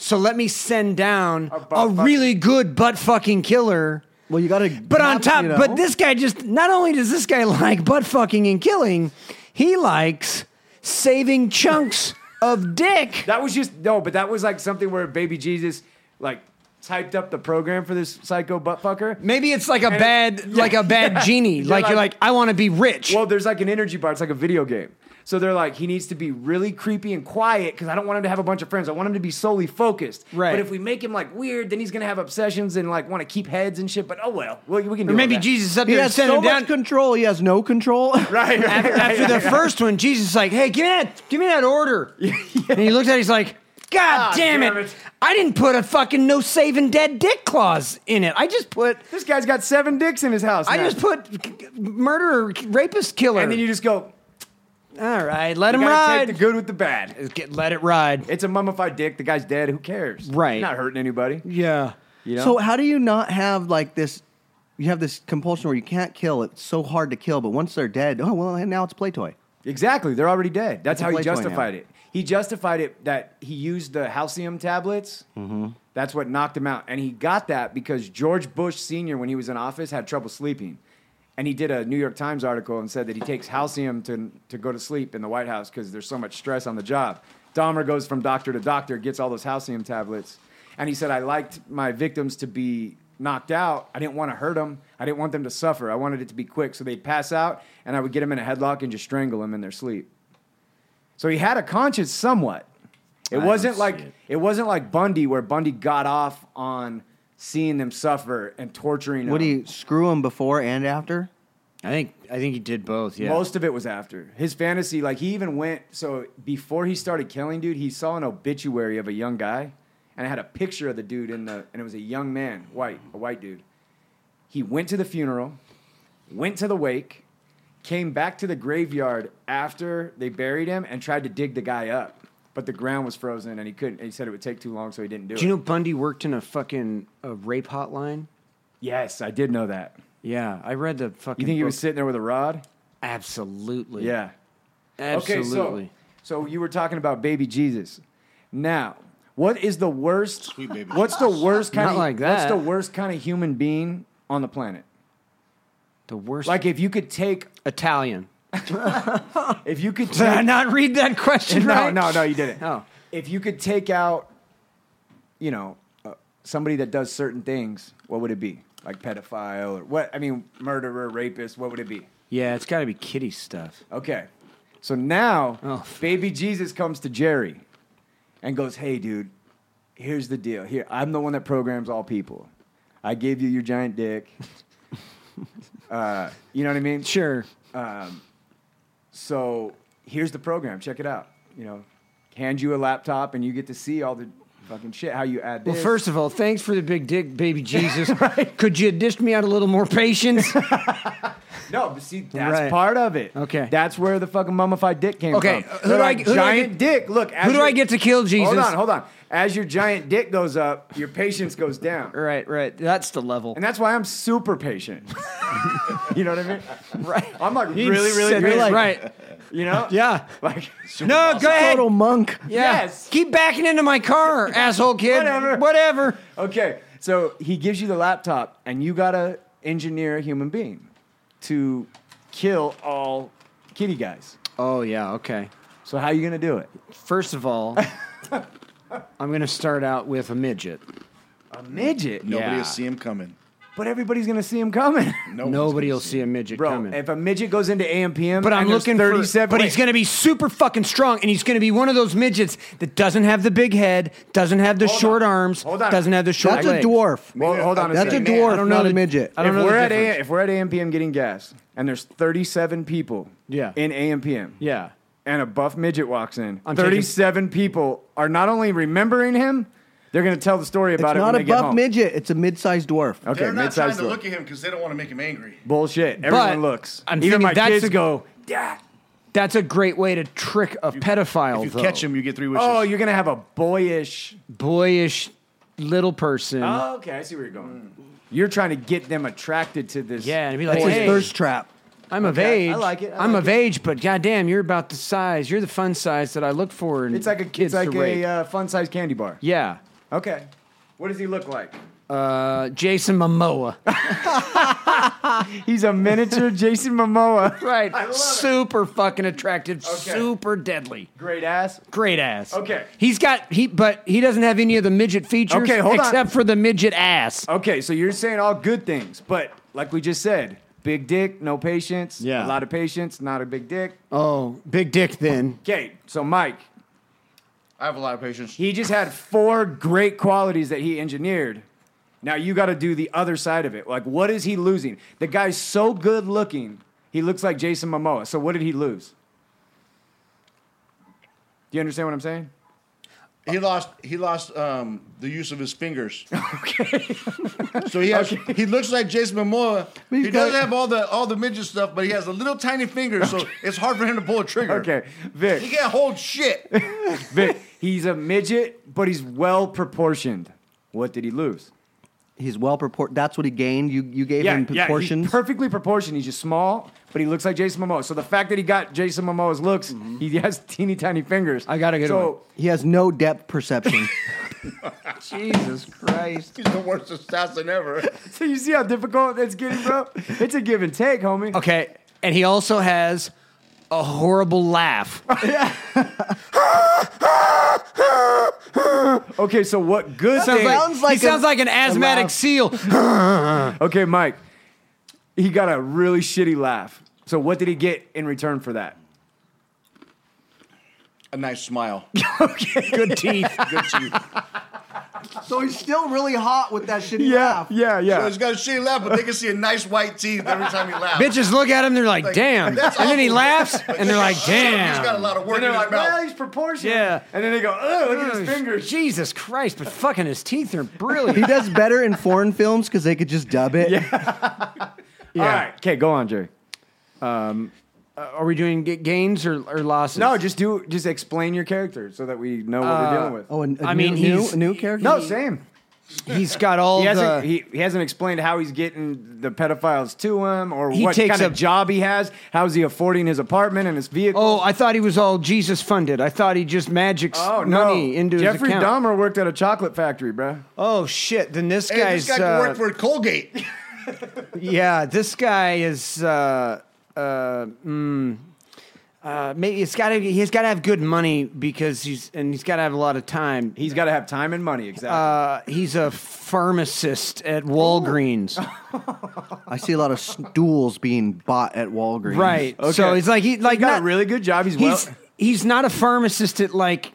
Speaker 1: So let me send down a,
Speaker 4: butt fuck-
Speaker 1: really good butt fucking killer.
Speaker 3: Well, you gotta.
Speaker 1: But on
Speaker 3: have-
Speaker 1: top,
Speaker 3: you know.
Speaker 1: but this guy just not only does this guy <laughs> like butt fucking and killing, he likes saving <laughs> chunks of dick.
Speaker 4: That was just no, but that was like something where Baby Jesus like typed up the program for this psycho butt fucker.
Speaker 1: Maybe it's like a bad,
Speaker 4: <laughs> yeah,
Speaker 1: like a bad
Speaker 4: yeah.
Speaker 1: genie.
Speaker 4: You're
Speaker 1: like, you're
Speaker 4: like-
Speaker 1: like, I want to be rich.
Speaker 4: Well, there's like an energy bar. It's like a video game. So they're like, he needs to be really creepy and quiet because I don't want him to have a bunch of friends. I want him to be solely focused.
Speaker 1: Right.
Speaker 4: But if we make him like weird, then he's gonna have obsessions and like want to keep heads and shit. But oh well, we, we can do.
Speaker 1: or
Speaker 4: all
Speaker 1: maybe
Speaker 4: that.
Speaker 1: Jesus up
Speaker 3: he
Speaker 1: there
Speaker 3: has
Speaker 1: send
Speaker 3: so
Speaker 1: him down.
Speaker 3: much control. He has no <laughs> control.
Speaker 4: <laughs> Right. right,
Speaker 1: after,
Speaker 4: <laughs> right,
Speaker 1: after
Speaker 4: right,
Speaker 1: the
Speaker 4: right.
Speaker 1: first one, Jesus is like, "Hey, give me that, give me that
Speaker 4: <laughs>
Speaker 1: order." And he looks at, it, he's like, "God
Speaker 4: Ah,
Speaker 1: damn,
Speaker 4: damn
Speaker 1: it.
Speaker 4: it.
Speaker 1: I didn't put a fucking no saving dead dick clause in it. I just put,
Speaker 4: This guy's got seven dicks in his house.
Speaker 1: I
Speaker 4: now.
Speaker 1: just put murderer, rapist, killer.
Speaker 4: And then you just go.
Speaker 1: All right, let him
Speaker 4: You gotta
Speaker 1: ride.
Speaker 4: take the good with the bad.
Speaker 1: Get- let it ride.
Speaker 4: It's a mummified dick. The guy's dead. Who cares?
Speaker 1: Right.
Speaker 4: Not hurting anybody.
Speaker 1: Yeah,
Speaker 4: You know?
Speaker 3: So how do you not have like this? You have this compulsion where you can't kill. It's so hard to kill. But once they're dead, oh well, now it's a play toy.
Speaker 4: Exactly. They're already dead. That's
Speaker 3: It's a
Speaker 4: how he
Speaker 3: play toy now.
Speaker 4: justified it. He justified it that he used the halcyon tablets. Mm-hmm. That's what knocked him out. And he got that because George Bush Sr., when he was in office, had trouble sleeping. And he did a New York Times article and said that he takes halcyon to, to go to sleep in the White House because there's so much stress on the job. Dahmer goes from doctor to doctor, gets all those halcyon tablets. And he said, I liked my victims to be knocked out. I didn't want to hurt them. I didn't want them to suffer. I wanted it to be quick so they'd pass out and I would get them in a headlock and just strangle them in their sleep. So he had a conscience somewhat. It wasn't like it. wasn't like Bundy where Bundy got off on seeing them suffer and torturing
Speaker 3: What do
Speaker 4: them.
Speaker 3: you screw him before and after?
Speaker 1: I think I think he did both. Yeah,
Speaker 4: Most of it was after. His fantasy, like he even went so before he started killing dude, he saw an obituary of a young guy and it had a picture of the dude in the and it was a young man, white, a white dude. He went to the funeral, went to the wake, came back to the graveyard after they buried him and tried to dig the guy up. But the ground was frozen and he couldn't. He said it would take too long, so he didn't do,
Speaker 1: do you
Speaker 4: it.
Speaker 1: know Bundy worked in a fucking a rape hotline?
Speaker 4: yes, I did know that.
Speaker 1: Yeah, I read the fucking.
Speaker 4: You think he
Speaker 1: book.
Speaker 4: was sitting there with a rod?
Speaker 1: absolutely?
Speaker 4: Yeah.
Speaker 1: absolutely.
Speaker 4: Okay, so, so you were talking about baby Jesus. Now, what is the worst?
Speaker 2: Sweet baby
Speaker 4: What's the worst kind
Speaker 1: Not
Speaker 4: of
Speaker 1: like
Speaker 4: What's
Speaker 1: that.
Speaker 4: the worst kind of human being on the planet?
Speaker 1: the worst,
Speaker 4: Like if you could take,
Speaker 1: Italian.
Speaker 4: if you could
Speaker 1: <laughs> Did I
Speaker 4: take,
Speaker 1: not read that question
Speaker 4: <laughs> no,
Speaker 1: right?
Speaker 4: no, no, you didn't.
Speaker 1: Oh.
Speaker 4: If you could take out, you know, uh, somebody that does certain things, what would it be? Like pedophile or what? I mean, murderer, rapist. What would it be?
Speaker 1: Yeah, it's got to be kitty stuff.
Speaker 4: Okay. So now,
Speaker 1: Oh.
Speaker 4: baby Jesus comes to Jerry and goes, "Hey, dude, here's the deal. Here, I'm the one that programs all people. I gave you your
Speaker 1: <laughs>
Speaker 4: giant dick. uh, you know what I mean?
Speaker 1: Sure.
Speaker 4: So here's the program. Check it out. You know, hand you a laptop and you get to see all the fucking shit. How you add this?
Speaker 1: Well, first of all, thanks for the big dick, <laughs> baby Jesus. Could you dish me out a little more <laughs> patience?
Speaker 4: no, but see, that's
Speaker 1: Right.
Speaker 4: part of it.
Speaker 1: Okay.
Speaker 4: that's where the fucking mummified dick came
Speaker 1: Okay,
Speaker 4: from.
Speaker 1: uh, who do
Speaker 4: They're
Speaker 1: I-
Speaker 4: like,
Speaker 1: who do I get-
Speaker 4: giant dick? Look, as
Speaker 1: Who do
Speaker 4: your-
Speaker 1: I get to kill, Jesus?
Speaker 4: Hold on, hold on. As your giant dick goes up, your patience goes down.
Speaker 1: Right, right. That's the level.
Speaker 4: And that's why I'm super patient. <laughs> you know what I mean?
Speaker 1: Right.
Speaker 4: I'm like
Speaker 1: You
Speaker 4: really, really
Speaker 1: said-
Speaker 4: patient.
Speaker 1: right.
Speaker 4: You know?
Speaker 1: Yeah.
Speaker 4: Like, <laughs>
Speaker 1: No, go ahead.
Speaker 3: Total monk.
Speaker 1: Yeah.
Speaker 4: Yes.
Speaker 1: Keep backing into my
Speaker 4: <laughs>
Speaker 1: car, asshole kid.
Speaker 4: Whatever.
Speaker 1: Whatever.
Speaker 4: okay. So he gives you the laptop, and you gotta engineer a human being to kill all kitty guys.
Speaker 1: Oh yeah. Okay.
Speaker 4: So how you gonna do it?
Speaker 1: First of all,
Speaker 4: <laughs>
Speaker 1: I'm gonna start out with a midget.
Speaker 4: Oh, A midget.
Speaker 2: Nobody
Speaker 1: Yeah.
Speaker 2: will see him coming.
Speaker 4: But everybody's gonna see him coming. <laughs>
Speaker 2: No
Speaker 1: Nobody will see a midget
Speaker 4: Bro,
Speaker 1: coming.
Speaker 4: if a midget goes into AMPM,
Speaker 1: But I'm
Speaker 4: and there's
Speaker 1: looking
Speaker 4: 37
Speaker 1: for. But he's
Speaker 4: wait,
Speaker 1: going to be super fucking strong, and he's going to be one of those midgets that doesn't have the big head, doesn't have the
Speaker 4: Hold
Speaker 1: short
Speaker 4: on.
Speaker 1: arms,
Speaker 4: Hold on.
Speaker 1: doesn't have the short
Speaker 3: That's a
Speaker 1: legs.
Speaker 3: dwarf.
Speaker 4: Well, hold on a
Speaker 3: That's a
Speaker 4: second.
Speaker 2: Man, I
Speaker 3: dwarf,
Speaker 1: don't know
Speaker 3: not a
Speaker 1: the-
Speaker 3: midget.
Speaker 1: I don't
Speaker 4: if
Speaker 1: know the
Speaker 4: we're at
Speaker 1: difference.
Speaker 4: a, if we're at AMPM getting gas and there's 37 people
Speaker 1: Yeah.
Speaker 4: in AMPM
Speaker 1: Yeah.
Speaker 4: and a buff midget walks in,
Speaker 1: I'm
Speaker 4: 37 people are not only remembering him, they're going to tell the story
Speaker 3: It's
Speaker 4: about it when
Speaker 3: not
Speaker 4: they
Speaker 3: a
Speaker 4: get
Speaker 3: buff
Speaker 4: home.
Speaker 3: midget. It's a mid-sized dwarf.
Speaker 4: okay,
Speaker 2: They're not trying
Speaker 4: mid-sized
Speaker 2: to
Speaker 4: dwarf.
Speaker 2: look at him because they don't want to make him angry.
Speaker 4: Bullshit.
Speaker 1: But
Speaker 4: Everyone looks.
Speaker 1: I'm
Speaker 4: Even
Speaker 1: thinking
Speaker 4: my
Speaker 1: that's
Speaker 4: kids
Speaker 1: a-
Speaker 4: go, Dad.
Speaker 1: That's a great way to trick a pedophile.
Speaker 2: If you
Speaker 1: though.
Speaker 2: catch him, you get three wishes.
Speaker 4: Oh, you're going to have a boyish.
Speaker 1: boyish little person.
Speaker 4: Oh, okay, I see where you're going. Mm. You're trying to get them attracted to this.
Speaker 1: Yeah, and be like,
Speaker 3: It's
Speaker 4: boyish-
Speaker 1: Hey.
Speaker 3: a thirst trap.
Speaker 1: I'm of
Speaker 4: Okay,
Speaker 1: age.
Speaker 4: I like it, I
Speaker 1: am
Speaker 4: like
Speaker 1: of
Speaker 4: it.
Speaker 1: age, but goddamn, you're about the size. You're the fun size that I look for in
Speaker 4: It's like a
Speaker 1: kids
Speaker 4: it's like
Speaker 1: to rape.
Speaker 4: a uh, fun sized candy bar.
Speaker 1: yeah.
Speaker 4: Okay. What does he look like?
Speaker 1: Uh, Jason
Speaker 4: <laughs>
Speaker 1: Momoa.
Speaker 4: He's a miniature Jason
Speaker 1: <laughs>
Speaker 4: Momoa.
Speaker 1: right.
Speaker 4: I love it.
Speaker 1: Super fucking attractive,
Speaker 4: Okay.
Speaker 1: super deadly.
Speaker 4: Great ass.
Speaker 1: Great ass.
Speaker 4: Okay.
Speaker 1: He's got he but he doesn't have any of the midget features
Speaker 4: Okay, hold on.
Speaker 1: except for the midget ass.
Speaker 4: Okay, so you're saying all good things, but like we just said, big dick, no patience.
Speaker 1: Yeah.
Speaker 4: A lot of patience, not a big dick.
Speaker 1: Oh, big dick then.
Speaker 4: Okay, so Mike,
Speaker 2: I have a lot of patience.
Speaker 4: he just had four great qualities that he engineered. Now you got to do the other side of it. Like, what is he losing? The guy's so good looking, he looks like Jason Momoa. So what did he lose? Do you understand what I'm saying?
Speaker 2: He lost. He lost um, the use of his
Speaker 1: <laughs>
Speaker 2: fingers. Okay. <laughs> so he has. He looks like Jason Momoa.
Speaker 3: he's
Speaker 2: He doesn't
Speaker 3: got-
Speaker 2: have all the all the midget stuff, but he has a little tiny finger, so it's hard for him to pull a trigger.
Speaker 4: Okay,
Speaker 2: He
Speaker 4: Vic,
Speaker 2: can't hold shit. <laughs>
Speaker 4: Vic, he's a midget, but he's well proportioned. What did he lose?
Speaker 3: He's well proportioned. That's what he gained. You you gave him
Speaker 4: he's
Speaker 3: proportions.
Speaker 4: perfectly proportioned. He's just small, but he looks like Jason Momoa. So the fact that he got Jason Momoa's looks, he has <laughs> teeny tiny fingers.
Speaker 1: I got a good
Speaker 4: so,
Speaker 3: he has no depth perception.
Speaker 4: <laughs>
Speaker 1: Jesus Christ.
Speaker 2: He's the worst assassin ever.
Speaker 4: So you see how difficult that's getting, bro? <laughs> it's a give and take, homie.
Speaker 1: Okay. And he also has a horrible laugh.
Speaker 4: Okay, so what good thing?
Speaker 3: sounds like
Speaker 1: he sounds
Speaker 3: a-
Speaker 1: like an asthmatic
Speaker 3: laugh.
Speaker 1: seal.
Speaker 4: okay, Mike, he got a really shitty laugh. So what did he get in return for that?
Speaker 2: A nice smile.
Speaker 1: Good teeth.
Speaker 2: Good
Speaker 1: <laughs>
Speaker 2: to you.
Speaker 3: so he's still really hot with that shitty
Speaker 4: Yeah, yeah,
Speaker 2: So
Speaker 4: yeah.
Speaker 2: he's got a shitty laugh, but they can see a nice white teeth every time he laughs.
Speaker 1: Bitches look at him, they're like, damn. And
Speaker 2: that's
Speaker 1: then he
Speaker 2: awful. <laughs>
Speaker 1: laughs, and they're like,
Speaker 2: He's got a
Speaker 1: damn.
Speaker 2: lot of work
Speaker 4: And
Speaker 2: in
Speaker 4: they're
Speaker 2: his
Speaker 4: like,
Speaker 2: mouth.
Speaker 4: well, he's proportioned.
Speaker 1: Yeah.
Speaker 4: And then they go, oh, look at his fingers.
Speaker 1: Jesus Christ, but fucking his teeth are
Speaker 3: He
Speaker 1: brilliant.
Speaker 3: <laughs> does better in foreign films because they could just dub it.
Speaker 4: All right. Okay, go on, Jerry.
Speaker 1: Are we doing g- gains or, or losses?
Speaker 4: No, just do just explain your character so that we know what we're
Speaker 1: Uh,
Speaker 4: dealing with.
Speaker 3: Oh, and a
Speaker 1: I
Speaker 3: new,
Speaker 1: mean,
Speaker 3: new,
Speaker 1: he's-
Speaker 3: a new character.
Speaker 4: no, same.
Speaker 1: he's got all
Speaker 4: He
Speaker 1: the.
Speaker 4: hasn't, he, he hasn't explained how he's getting the pedophiles to him or
Speaker 1: He
Speaker 4: what
Speaker 1: takes
Speaker 4: kind of
Speaker 1: a-
Speaker 4: job he has. How's he affording his apartment and his vehicle?
Speaker 1: oh, I thought he was all Jesus funded. I thought he just magics
Speaker 4: Oh,
Speaker 1: money into
Speaker 4: Jeffrey
Speaker 1: his account.
Speaker 4: Dahmer worked at a chocolate factory, bruh.
Speaker 1: Oh shit! Then this
Speaker 2: Hey,
Speaker 1: guy's
Speaker 2: this guy can
Speaker 1: uh,
Speaker 2: work for Colgate. <laughs>
Speaker 1: yeah. This guy is uh, uh, mm, uh, maybe it's got to he's got to have good money because he's and he's got to have a lot of time.
Speaker 4: He's got to have time and money, exactly.
Speaker 1: Uh, he's a pharmacist at
Speaker 4: <laughs>
Speaker 1: Walgreens,
Speaker 3: I see a lot of stools being bought at Walgreens. Oh,
Speaker 1: right? So
Speaker 4: Okay.
Speaker 1: he's like he like
Speaker 4: he's got
Speaker 1: not-
Speaker 4: a really good job. He's,
Speaker 1: he's
Speaker 4: well.
Speaker 1: he's not a pharmacist at like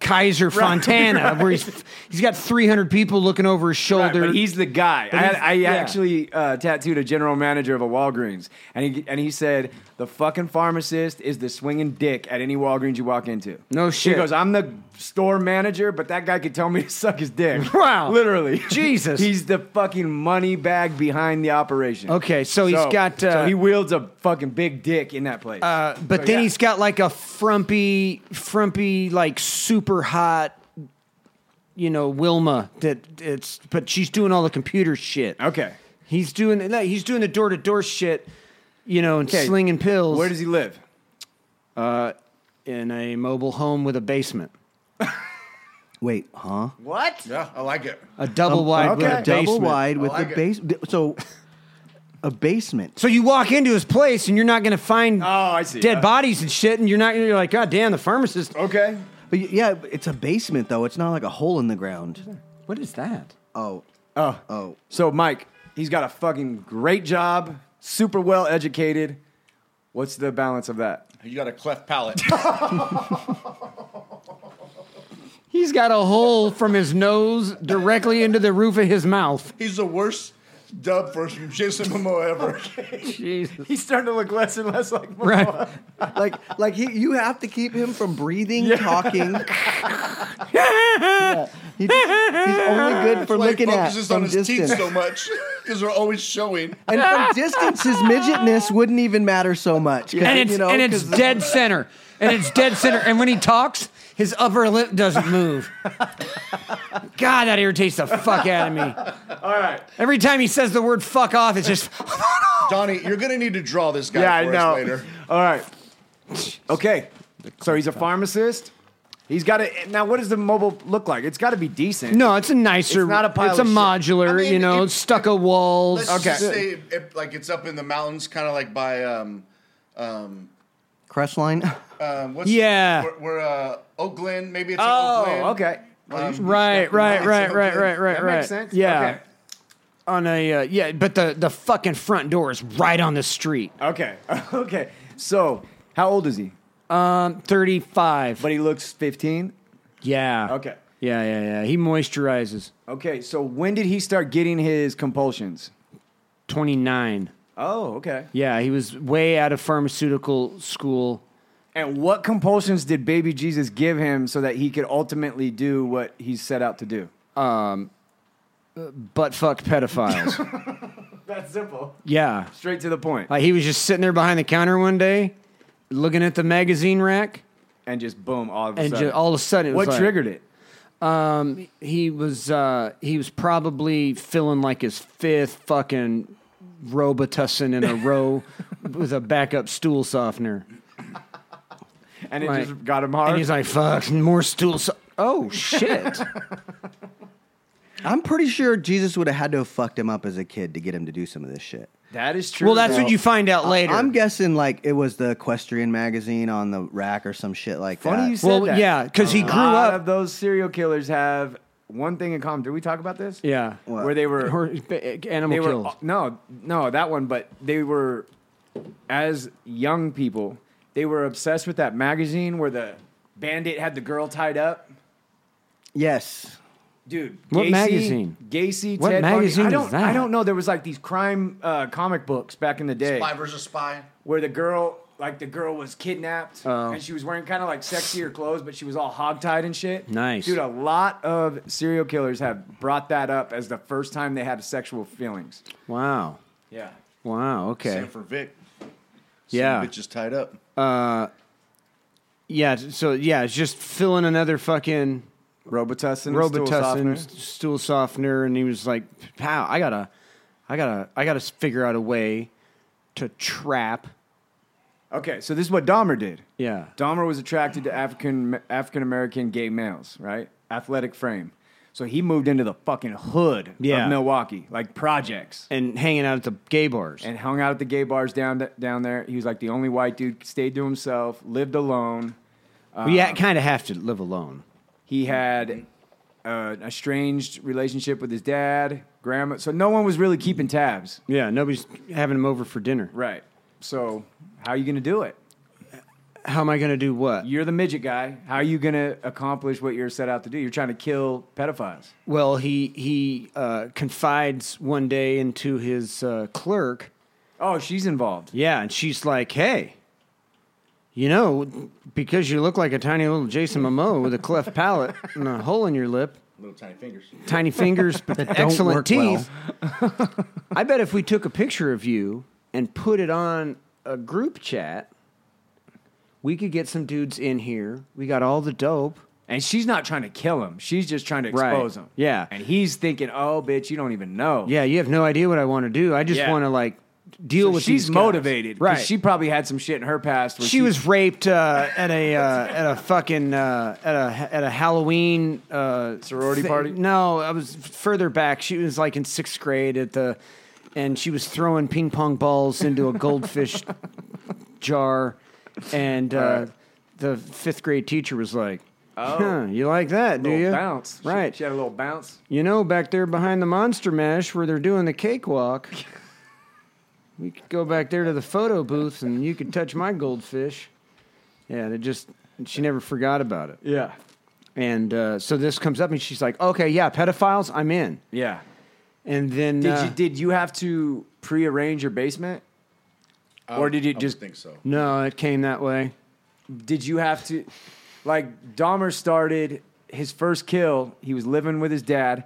Speaker 1: Kaiser
Speaker 4: <laughs>
Speaker 1: Fontana, where he's he's got 300 people looking over his
Speaker 4: Right,
Speaker 1: shoulder.
Speaker 4: but he's the guy. I,
Speaker 1: he's-
Speaker 4: had- I
Speaker 1: yeah.
Speaker 4: actually uh, tattooed a general manager of a Walgreens, and he and he said the fucking pharmacist is the swinging dick at any Walgreens you walk into.
Speaker 1: No shit.
Speaker 4: He goes, I'm the store manager, but that guy could tell me to suck his dick.
Speaker 1: <laughs> Wow.
Speaker 4: literally,
Speaker 1: Jesus.
Speaker 4: <laughs> He's the fucking money bag behind the operation.
Speaker 1: Okay, so he's got, uh,
Speaker 4: so he wields a fucking big dick in that place.
Speaker 1: Uh, but
Speaker 4: So,
Speaker 1: then
Speaker 4: yeah.
Speaker 1: he's got like a frumpy, frumpy, like super hot, you know, Wilma. That it's, but she's doing all the computer shit.
Speaker 4: okay.
Speaker 1: He's doing, no, he's doing the door to door shit, you know, and
Speaker 4: Okay.
Speaker 1: slinging pills
Speaker 4: Where does he live?
Speaker 1: in a mobile home with a basement,
Speaker 3: Wait, huh?
Speaker 4: What?
Speaker 2: Yeah, I like it.
Speaker 1: a double wide with
Speaker 4: Um, okay.
Speaker 1: a basement.
Speaker 3: Double wide with
Speaker 2: like
Speaker 3: the
Speaker 2: it.
Speaker 3: base. So a basement.
Speaker 1: So you walk into his place and you're not going to find
Speaker 4: Oh, I see.
Speaker 1: dead
Speaker 4: Uh,
Speaker 1: bodies and shit, and you're not. You're like, God damn, the pharmacist.
Speaker 4: Okay.
Speaker 3: But y- yeah, it's a basement though. It's not like a hole in the ground.
Speaker 1: What is that?
Speaker 3: Oh,
Speaker 4: Oh.
Speaker 3: oh.
Speaker 4: So, Mike, he's got a fucking great job, super well educated. What's the balance of that?
Speaker 2: You got a cleft palate. <laughs>
Speaker 1: He's got a hole from his nose directly into the roof of his mouth.
Speaker 2: He's the worst dub for Jason Momoa ever.
Speaker 1: <laughs> Jesus.
Speaker 4: <laughs> He's starting to look less and less like Momoa.
Speaker 1: Right.
Speaker 3: Like, like he, you have to keep him from breathing,
Speaker 1: <laughs>
Speaker 3: talking. Yeah. He just- he's only good
Speaker 2: <laughs>
Speaker 3: for
Speaker 2: Like,
Speaker 3: looking at
Speaker 2: focuses
Speaker 3: from
Speaker 2: on his
Speaker 3: distance.
Speaker 2: teeth so much <laughs> because they're always showing.
Speaker 3: and from distance, his midgetness wouldn't even matter so much. 'Cause,
Speaker 1: and it's
Speaker 3: you know,
Speaker 1: and it's
Speaker 3: 'cause the-
Speaker 1: dead center. And it's dead center. And when he talks, his upper lip doesn't move. God, that irritates the fuck out of me.
Speaker 4: <laughs> All right.
Speaker 1: Every time he says the word "fuck off," it's just
Speaker 2: Donnie, you're gonna need to draw this guy
Speaker 4: Yeah, I
Speaker 2: for
Speaker 4: know.
Speaker 2: us later.
Speaker 4: All right. Okay. So he's a pharmacist. He's got a Now, what does the mobile look like? It's got to be decent.
Speaker 1: no. It's a nicer.
Speaker 4: It's not a pile
Speaker 1: It's a
Speaker 4: of shit.
Speaker 1: modular.
Speaker 2: I mean,
Speaker 1: you know,
Speaker 2: if-
Speaker 1: stucco walls.
Speaker 2: Let's
Speaker 4: Okay.
Speaker 2: just say <laughs> it, like it's up in the mountains, kind of like by um, um,
Speaker 3: Crestline.
Speaker 2: um what's
Speaker 1: Yeah.
Speaker 2: where, where uh, Oak Glen? Maybe it's
Speaker 4: Oh,
Speaker 2: in Oak Glen.
Speaker 4: okay.
Speaker 2: Um,
Speaker 1: Right, right,
Speaker 2: It's
Speaker 1: right, right,
Speaker 2: okay.
Speaker 1: right, right,
Speaker 4: That
Speaker 1: right.
Speaker 4: makes sense.
Speaker 1: Yeah. On a uh, yeah, but the the fucking front door is right on the street.
Speaker 4: Okay. Okay. <laughs> okay. So, how old is he?
Speaker 1: Um, thirty five.
Speaker 4: But he looks 15.
Speaker 1: Yeah.
Speaker 4: Okay.
Speaker 1: Yeah, yeah, yeah. He moisturizes.
Speaker 4: Okay. So, when did he start getting his compulsions?
Speaker 1: Twenty nine.
Speaker 4: Oh, okay.
Speaker 1: Yeah, he was way out of pharmaceutical school.
Speaker 4: And what compulsions did baby Jesus give him so that he could ultimately do what he's set out to do?
Speaker 1: Butt fucked pedophiles.
Speaker 4: <laughs> That's simple.
Speaker 1: yeah.
Speaker 4: Straight to the point.
Speaker 1: Like he was just sitting there behind the counter one day, looking at the magazine rack,
Speaker 4: And just boom, all of a
Speaker 1: and
Speaker 4: sudden.
Speaker 1: ju- all of a sudden it was
Speaker 4: what
Speaker 1: like-
Speaker 4: triggered it?
Speaker 1: Um, he was uh, he was probably feeling like his fifth fucking Robitussin in a
Speaker 4: <laughs>
Speaker 1: row with a backup stool softener,
Speaker 4: And it
Speaker 1: like-
Speaker 4: just got him hard.
Speaker 1: and he's like, "Fuck, more stool." So-
Speaker 4: <laughs>
Speaker 1: oh shit!
Speaker 3: I'm pretty sure Jesus would have had to have fucked him up as a kid to get him to do some of this shit.
Speaker 4: that is true.
Speaker 1: well, that's
Speaker 4: though.
Speaker 1: what you find out later.
Speaker 3: I'm guessing like it was the equestrian magazine on the rack or some shit like
Speaker 4: Funny
Speaker 3: that.
Speaker 4: you said
Speaker 1: well,
Speaker 4: that.
Speaker 1: yeah, because he
Speaker 4: A
Speaker 1: grew
Speaker 4: lot
Speaker 1: up.
Speaker 4: of those serial killers have one thing in common. Did we talk about this?
Speaker 1: yeah,
Speaker 3: What?
Speaker 4: Where they were
Speaker 1: Or- animal
Speaker 4: they
Speaker 1: kills.
Speaker 4: were uh, no no that one but they were as young people they were obsessed with that magazine where the bandit had the girl tied up
Speaker 3: yes.
Speaker 4: dude
Speaker 1: What
Speaker 4: Gacy-
Speaker 1: magazine?
Speaker 4: gacy
Speaker 1: What
Speaker 4: Ted Bundy-
Speaker 1: magazine
Speaker 4: I
Speaker 1: is
Speaker 4: don't
Speaker 1: that?
Speaker 4: I don't know there was like these crime uh, comic books back in the day
Speaker 2: Spy versus spy.
Speaker 4: where the girl like the girl was kidnapped
Speaker 1: Oh.
Speaker 4: and she was wearing kind of like sexier clothes but she was all hogtied and shit
Speaker 1: Nice.
Speaker 4: dude a lot of serial killers have brought that up as the first time they had sexual feelings
Speaker 1: Wow,
Speaker 4: yeah
Speaker 1: wow, okay,
Speaker 2: Same for Vic.
Speaker 1: yeah,
Speaker 2: Bitch is tied up.
Speaker 1: yeah. So yeah, it's just filling another fucking
Speaker 4: Robitussin, stool
Speaker 1: Robitussin
Speaker 4: softener.
Speaker 1: stool, softener, and he was like, "Pow! I gotta, I gotta, I gotta figure out a way to trap."
Speaker 4: Okay, so this is what Dahmer did.
Speaker 1: Yeah.
Speaker 4: Dahmer was attracted to African African American gay males, right? Athletic frame. So he moved into the fucking hood
Speaker 1: Yeah.
Speaker 4: of Milwaukee, like projects,
Speaker 1: and hanging out at the gay bars.
Speaker 4: and hung out at the gay bars down th- down there. He was like the only white dude, stayed to himself, lived alone.
Speaker 1: we
Speaker 4: uh,
Speaker 1: kind of have to live alone.
Speaker 4: He had uh, an estranged relationship with his dad, grandma. So no one was really keeping tabs,
Speaker 1: Yeah, nobody's having him over for dinner.
Speaker 4: right? So how are you gonna do it?
Speaker 1: how am I going to do what?
Speaker 4: You're the midget guy. How are you going to accomplish what you're set out to do? You're trying to kill pedophiles.
Speaker 1: Well, he he uh, confides one day into his uh, clerk.
Speaker 4: Oh, she's involved.
Speaker 1: Yeah, and she's like, "Hey, you know, because you look like a tiny little Jason Momoa with a cleft palate and a hole in your lip,
Speaker 2: Little tiny fingers.
Speaker 1: tiny fingers, but
Speaker 3: work
Speaker 1: excellent teeth. I bet if we took a picture of you and put it on a group chat, we could get some dudes in here. We got all the dope.
Speaker 4: And she's not trying to kill him. She's just trying to
Speaker 1: Right.
Speaker 4: expose him.
Speaker 1: Yeah.
Speaker 4: And he's thinking, oh, bitch, you don't even know.
Speaker 1: Yeah, you have no idea what I want to do. I just
Speaker 4: Yeah.
Speaker 1: want to like deal
Speaker 4: So
Speaker 1: with.
Speaker 4: she's
Speaker 1: these guys.
Speaker 4: motivated. 'cause
Speaker 1: right?
Speaker 4: She probably had some shit in her past. Where
Speaker 1: she was raped uh, at a uh, at a fucking uh, at a at a Halloween uh,
Speaker 4: Sorority party?
Speaker 1: No, I was further back. She was like in sixth grade at the, and she was throwing ping pong balls into a
Speaker 4: <laughs>
Speaker 1: goldfish jar, and uh, the fifth grade teacher was like. Oh, you like that, do
Speaker 4: little
Speaker 1: you?
Speaker 4: bounce. She-
Speaker 1: right?
Speaker 4: She, had a little bounce.
Speaker 1: You know, back there behind the monster mash where they're doing the cakewalk, we could go back there to the photo booth and you could touch my goldfish. Yeah, they just, she never forgot about it.
Speaker 4: Yeah.
Speaker 1: And uh, so this comes up and she's like, okay, yeah, pedophiles, I'm in.
Speaker 4: Yeah.
Speaker 1: And then,
Speaker 4: Did
Speaker 1: uh,
Speaker 4: you did you have to prearrange your basement? Or did you
Speaker 2: I
Speaker 4: just-
Speaker 2: don't think so?
Speaker 1: no, it came that way.
Speaker 4: Did you have to like Dahmer started his first kill, he was living with his dad.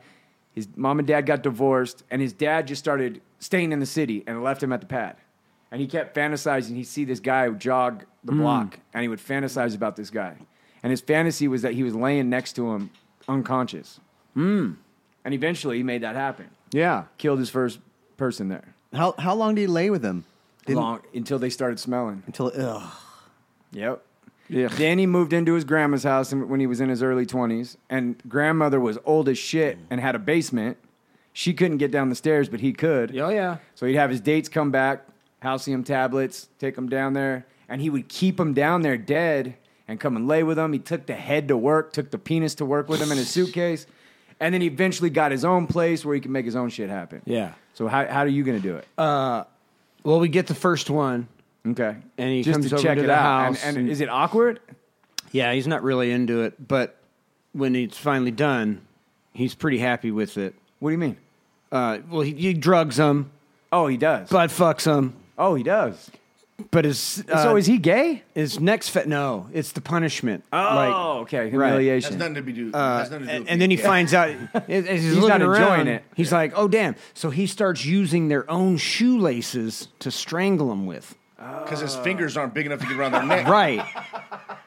Speaker 4: His mom and dad got divorced, and his dad just started staying in the city and left him at the pad. And he kept fantasizing. He'd see this guy jog the block, and he would fantasize about this guy. And his fantasy was that he was laying next to him, unconscious. And eventually, he made that happen.
Speaker 1: Yeah.
Speaker 4: Killed his first person there.
Speaker 3: How how long did he lay with him? Didn't-
Speaker 4: long until they started smelling.
Speaker 3: Until ugh.
Speaker 4: Yep.
Speaker 1: Yeah.
Speaker 4: Then he moved into his grandma's house in- when he was in his early 20s, and grandmother was old as shit
Speaker 1: Mm.
Speaker 4: and had a basement. She couldn't get down the stairs, but he could.
Speaker 1: Oh, yeah.
Speaker 4: So he'd have his dates come back, halcyon tablets, take them down there, and he would keep them down there dead and come and lay with them. He took the head to work, took the penis to work with
Speaker 1: <sighs>
Speaker 4: him in his suitcase, and then he eventually got his own place where he could make his own shit happen.
Speaker 1: Yeah. Uh,
Speaker 4: So how, how are you going to do it?
Speaker 1: Well, we get the first one.
Speaker 4: okay.
Speaker 1: and he comes over to
Speaker 4: it
Speaker 1: the
Speaker 4: out.
Speaker 1: house
Speaker 4: And,
Speaker 1: and-
Speaker 4: and is it awkward?
Speaker 1: Yeah, he's not really into it, but when it's finally done, he's pretty happy with it.
Speaker 4: What do you mean?
Speaker 1: Uh, well, he, he drugs them,
Speaker 4: Oh, he does.
Speaker 1: butt fucks them.
Speaker 4: oh, he does.
Speaker 1: But his uh,
Speaker 4: so is he gay?
Speaker 1: his next fe- no, it's the punishment.
Speaker 4: Oh, okay. Humiliation.
Speaker 2: Has nothing to be do. has nothing to do
Speaker 1: and,
Speaker 2: with
Speaker 1: and then he
Speaker 2: being gay.
Speaker 1: finds out as he's,
Speaker 4: He's not
Speaker 1: looking
Speaker 4: enjoying
Speaker 1: around,
Speaker 4: it.
Speaker 1: He's like, "Oh damn!" So he starts using their own shoelaces to strangle him with.
Speaker 2: because his fingers aren't big enough to get around their neck.
Speaker 1: Right, <laughs>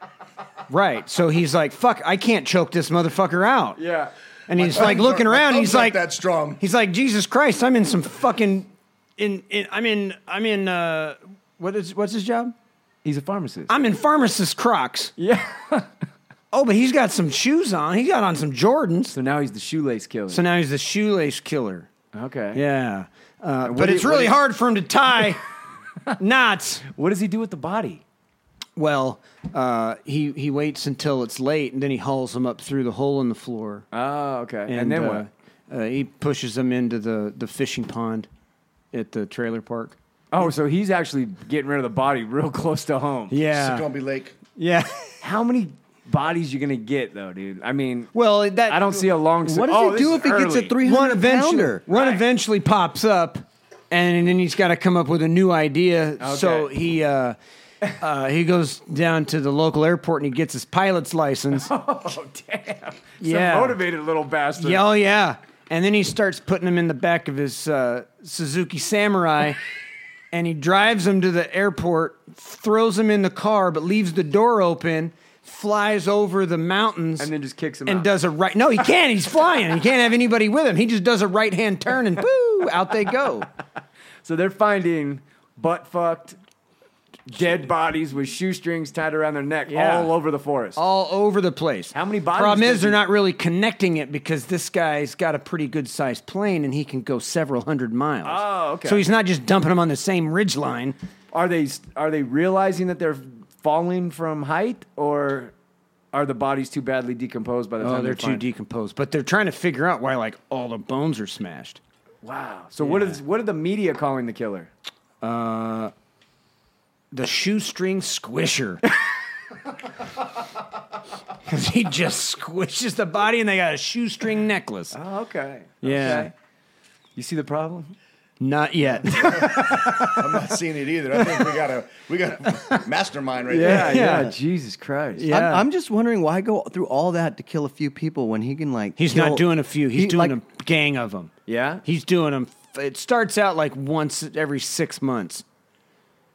Speaker 1: right. So he's like, "Fuck! I can't choke this motherfucker out."
Speaker 4: yeah.
Speaker 1: And he's
Speaker 2: My
Speaker 1: like
Speaker 2: thumbs
Speaker 1: looking
Speaker 2: aren't- my
Speaker 1: around.
Speaker 2: thumbs
Speaker 1: He's
Speaker 2: aren't
Speaker 1: like,
Speaker 2: that strong.
Speaker 1: He's like, Jesus Christ! I'm in some fucking in. in I'm in. I'm in. Uh, what is what's his job? Ah.
Speaker 4: He's a pharmacist.
Speaker 1: I'm in pharmacist Crocs.
Speaker 4: yeah.
Speaker 1: Oh, but he's got some shoes on. He got on some Jordans.
Speaker 4: <laughs> So now he's the shoelace killer.
Speaker 1: So now he's the shoelace killer.
Speaker 4: okay.
Speaker 1: Yeah. Uh,
Speaker 4: do
Speaker 1: but
Speaker 4: you-
Speaker 1: it's
Speaker 4: what do
Speaker 1: really
Speaker 4: you-
Speaker 1: hard for him to <laughs> tie knots.
Speaker 4: What does he do with the body?
Speaker 1: Well, uh, he, he waits until it's late and then he hauls them up through the hole in the floor.
Speaker 4: Oh, okay. And, then
Speaker 1: uh,
Speaker 4: what?
Speaker 1: Uh, he pushes them into the, the fishing pond at the trailer park.
Speaker 4: Oh, so he's actually getting rid of the body <laughs> real close to home.
Speaker 1: Yeah.
Speaker 2: Succumby Lake.
Speaker 1: Yeah. <laughs>
Speaker 4: How many bodies you gonna get though, dude? I mean,
Speaker 1: Well, that
Speaker 4: I don't see a long.
Speaker 3: What does
Speaker 4: oh,
Speaker 3: he
Speaker 4: this
Speaker 3: do
Speaker 4: is
Speaker 3: if he gets
Speaker 4: early.
Speaker 3: a three
Speaker 1: one
Speaker 3: hundred
Speaker 1: eventually
Speaker 3: pounder?
Speaker 1: one eventually pops up and then he's got to come up with a new idea so
Speaker 4: Okay.
Speaker 1: he uh, uh, he goes down to the local airport and he gets his pilot's license
Speaker 4: Oh, damn. <laughs>
Speaker 1: Yeah.
Speaker 4: Some motivated little bastard.
Speaker 1: yeah oh yeah and then he starts putting him in the back of his uh, suzuki
Speaker 4: <laughs>
Speaker 1: samurai and he drives him to the airport throws him in the car but leaves the door open flies over the mountains
Speaker 4: And then just kicks him
Speaker 1: and
Speaker 4: out.
Speaker 1: does a right. No, he can't. He's flying. He can't have anybody with him. He just does a right hand turn and boo, out they go.
Speaker 4: So they're finding butt fucked, dead bodies with shoestrings tied around their neck
Speaker 1: Yeah.
Speaker 4: all over the forest.
Speaker 1: All over the place.
Speaker 4: How many bodies
Speaker 1: Problem
Speaker 4: does
Speaker 1: is, they're
Speaker 4: he-
Speaker 1: not really connecting it because this guy's got a pretty good sized plane and he can go several hundred miles.
Speaker 4: Oh, okay.
Speaker 1: So he's not just dumping them on the same ridge line.
Speaker 4: Are they are they realizing that they're falling from height, or are the bodies too badly decomposed by the time
Speaker 1: Oh, they're
Speaker 4: they're
Speaker 1: too decomposed. But they're trying to figure out why, like, all the bones are smashed.
Speaker 4: Wow. So what is what are the media calling the killer?
Speaker 1: The shoestring squisher. <laughs> Because he just squishes the body and they got a shoestring necklace.
Speaker 4: Oh, okay.
Speaker 1: Yeah.
Speaker 4: Okay. You see the problem?
Speaker 1: Not yet. <laughs>
Speaker 2: I'm not seeing it either. I think we got a we got a mastermind right
Speaker 1: Yeah,
Speaker 2: there.
Speaker 1: yeah.
Speaker 4: Jesus Christ.
Speaker 1: Yeah.
Speaker 3: I'm, I'm just wondering why go through all that to kill a few people when he can like.
Speaker 1: He's
Speaker 3: kill-
Speaker 1: not doing a few. He's
Speaker 3: he,
Speaker 1: doing
Speaker 3: like,
Speaker 1: a gang of them.
Speaker 4: Yeah?
Speaker 1: He's doing them. It starts out like once every six months.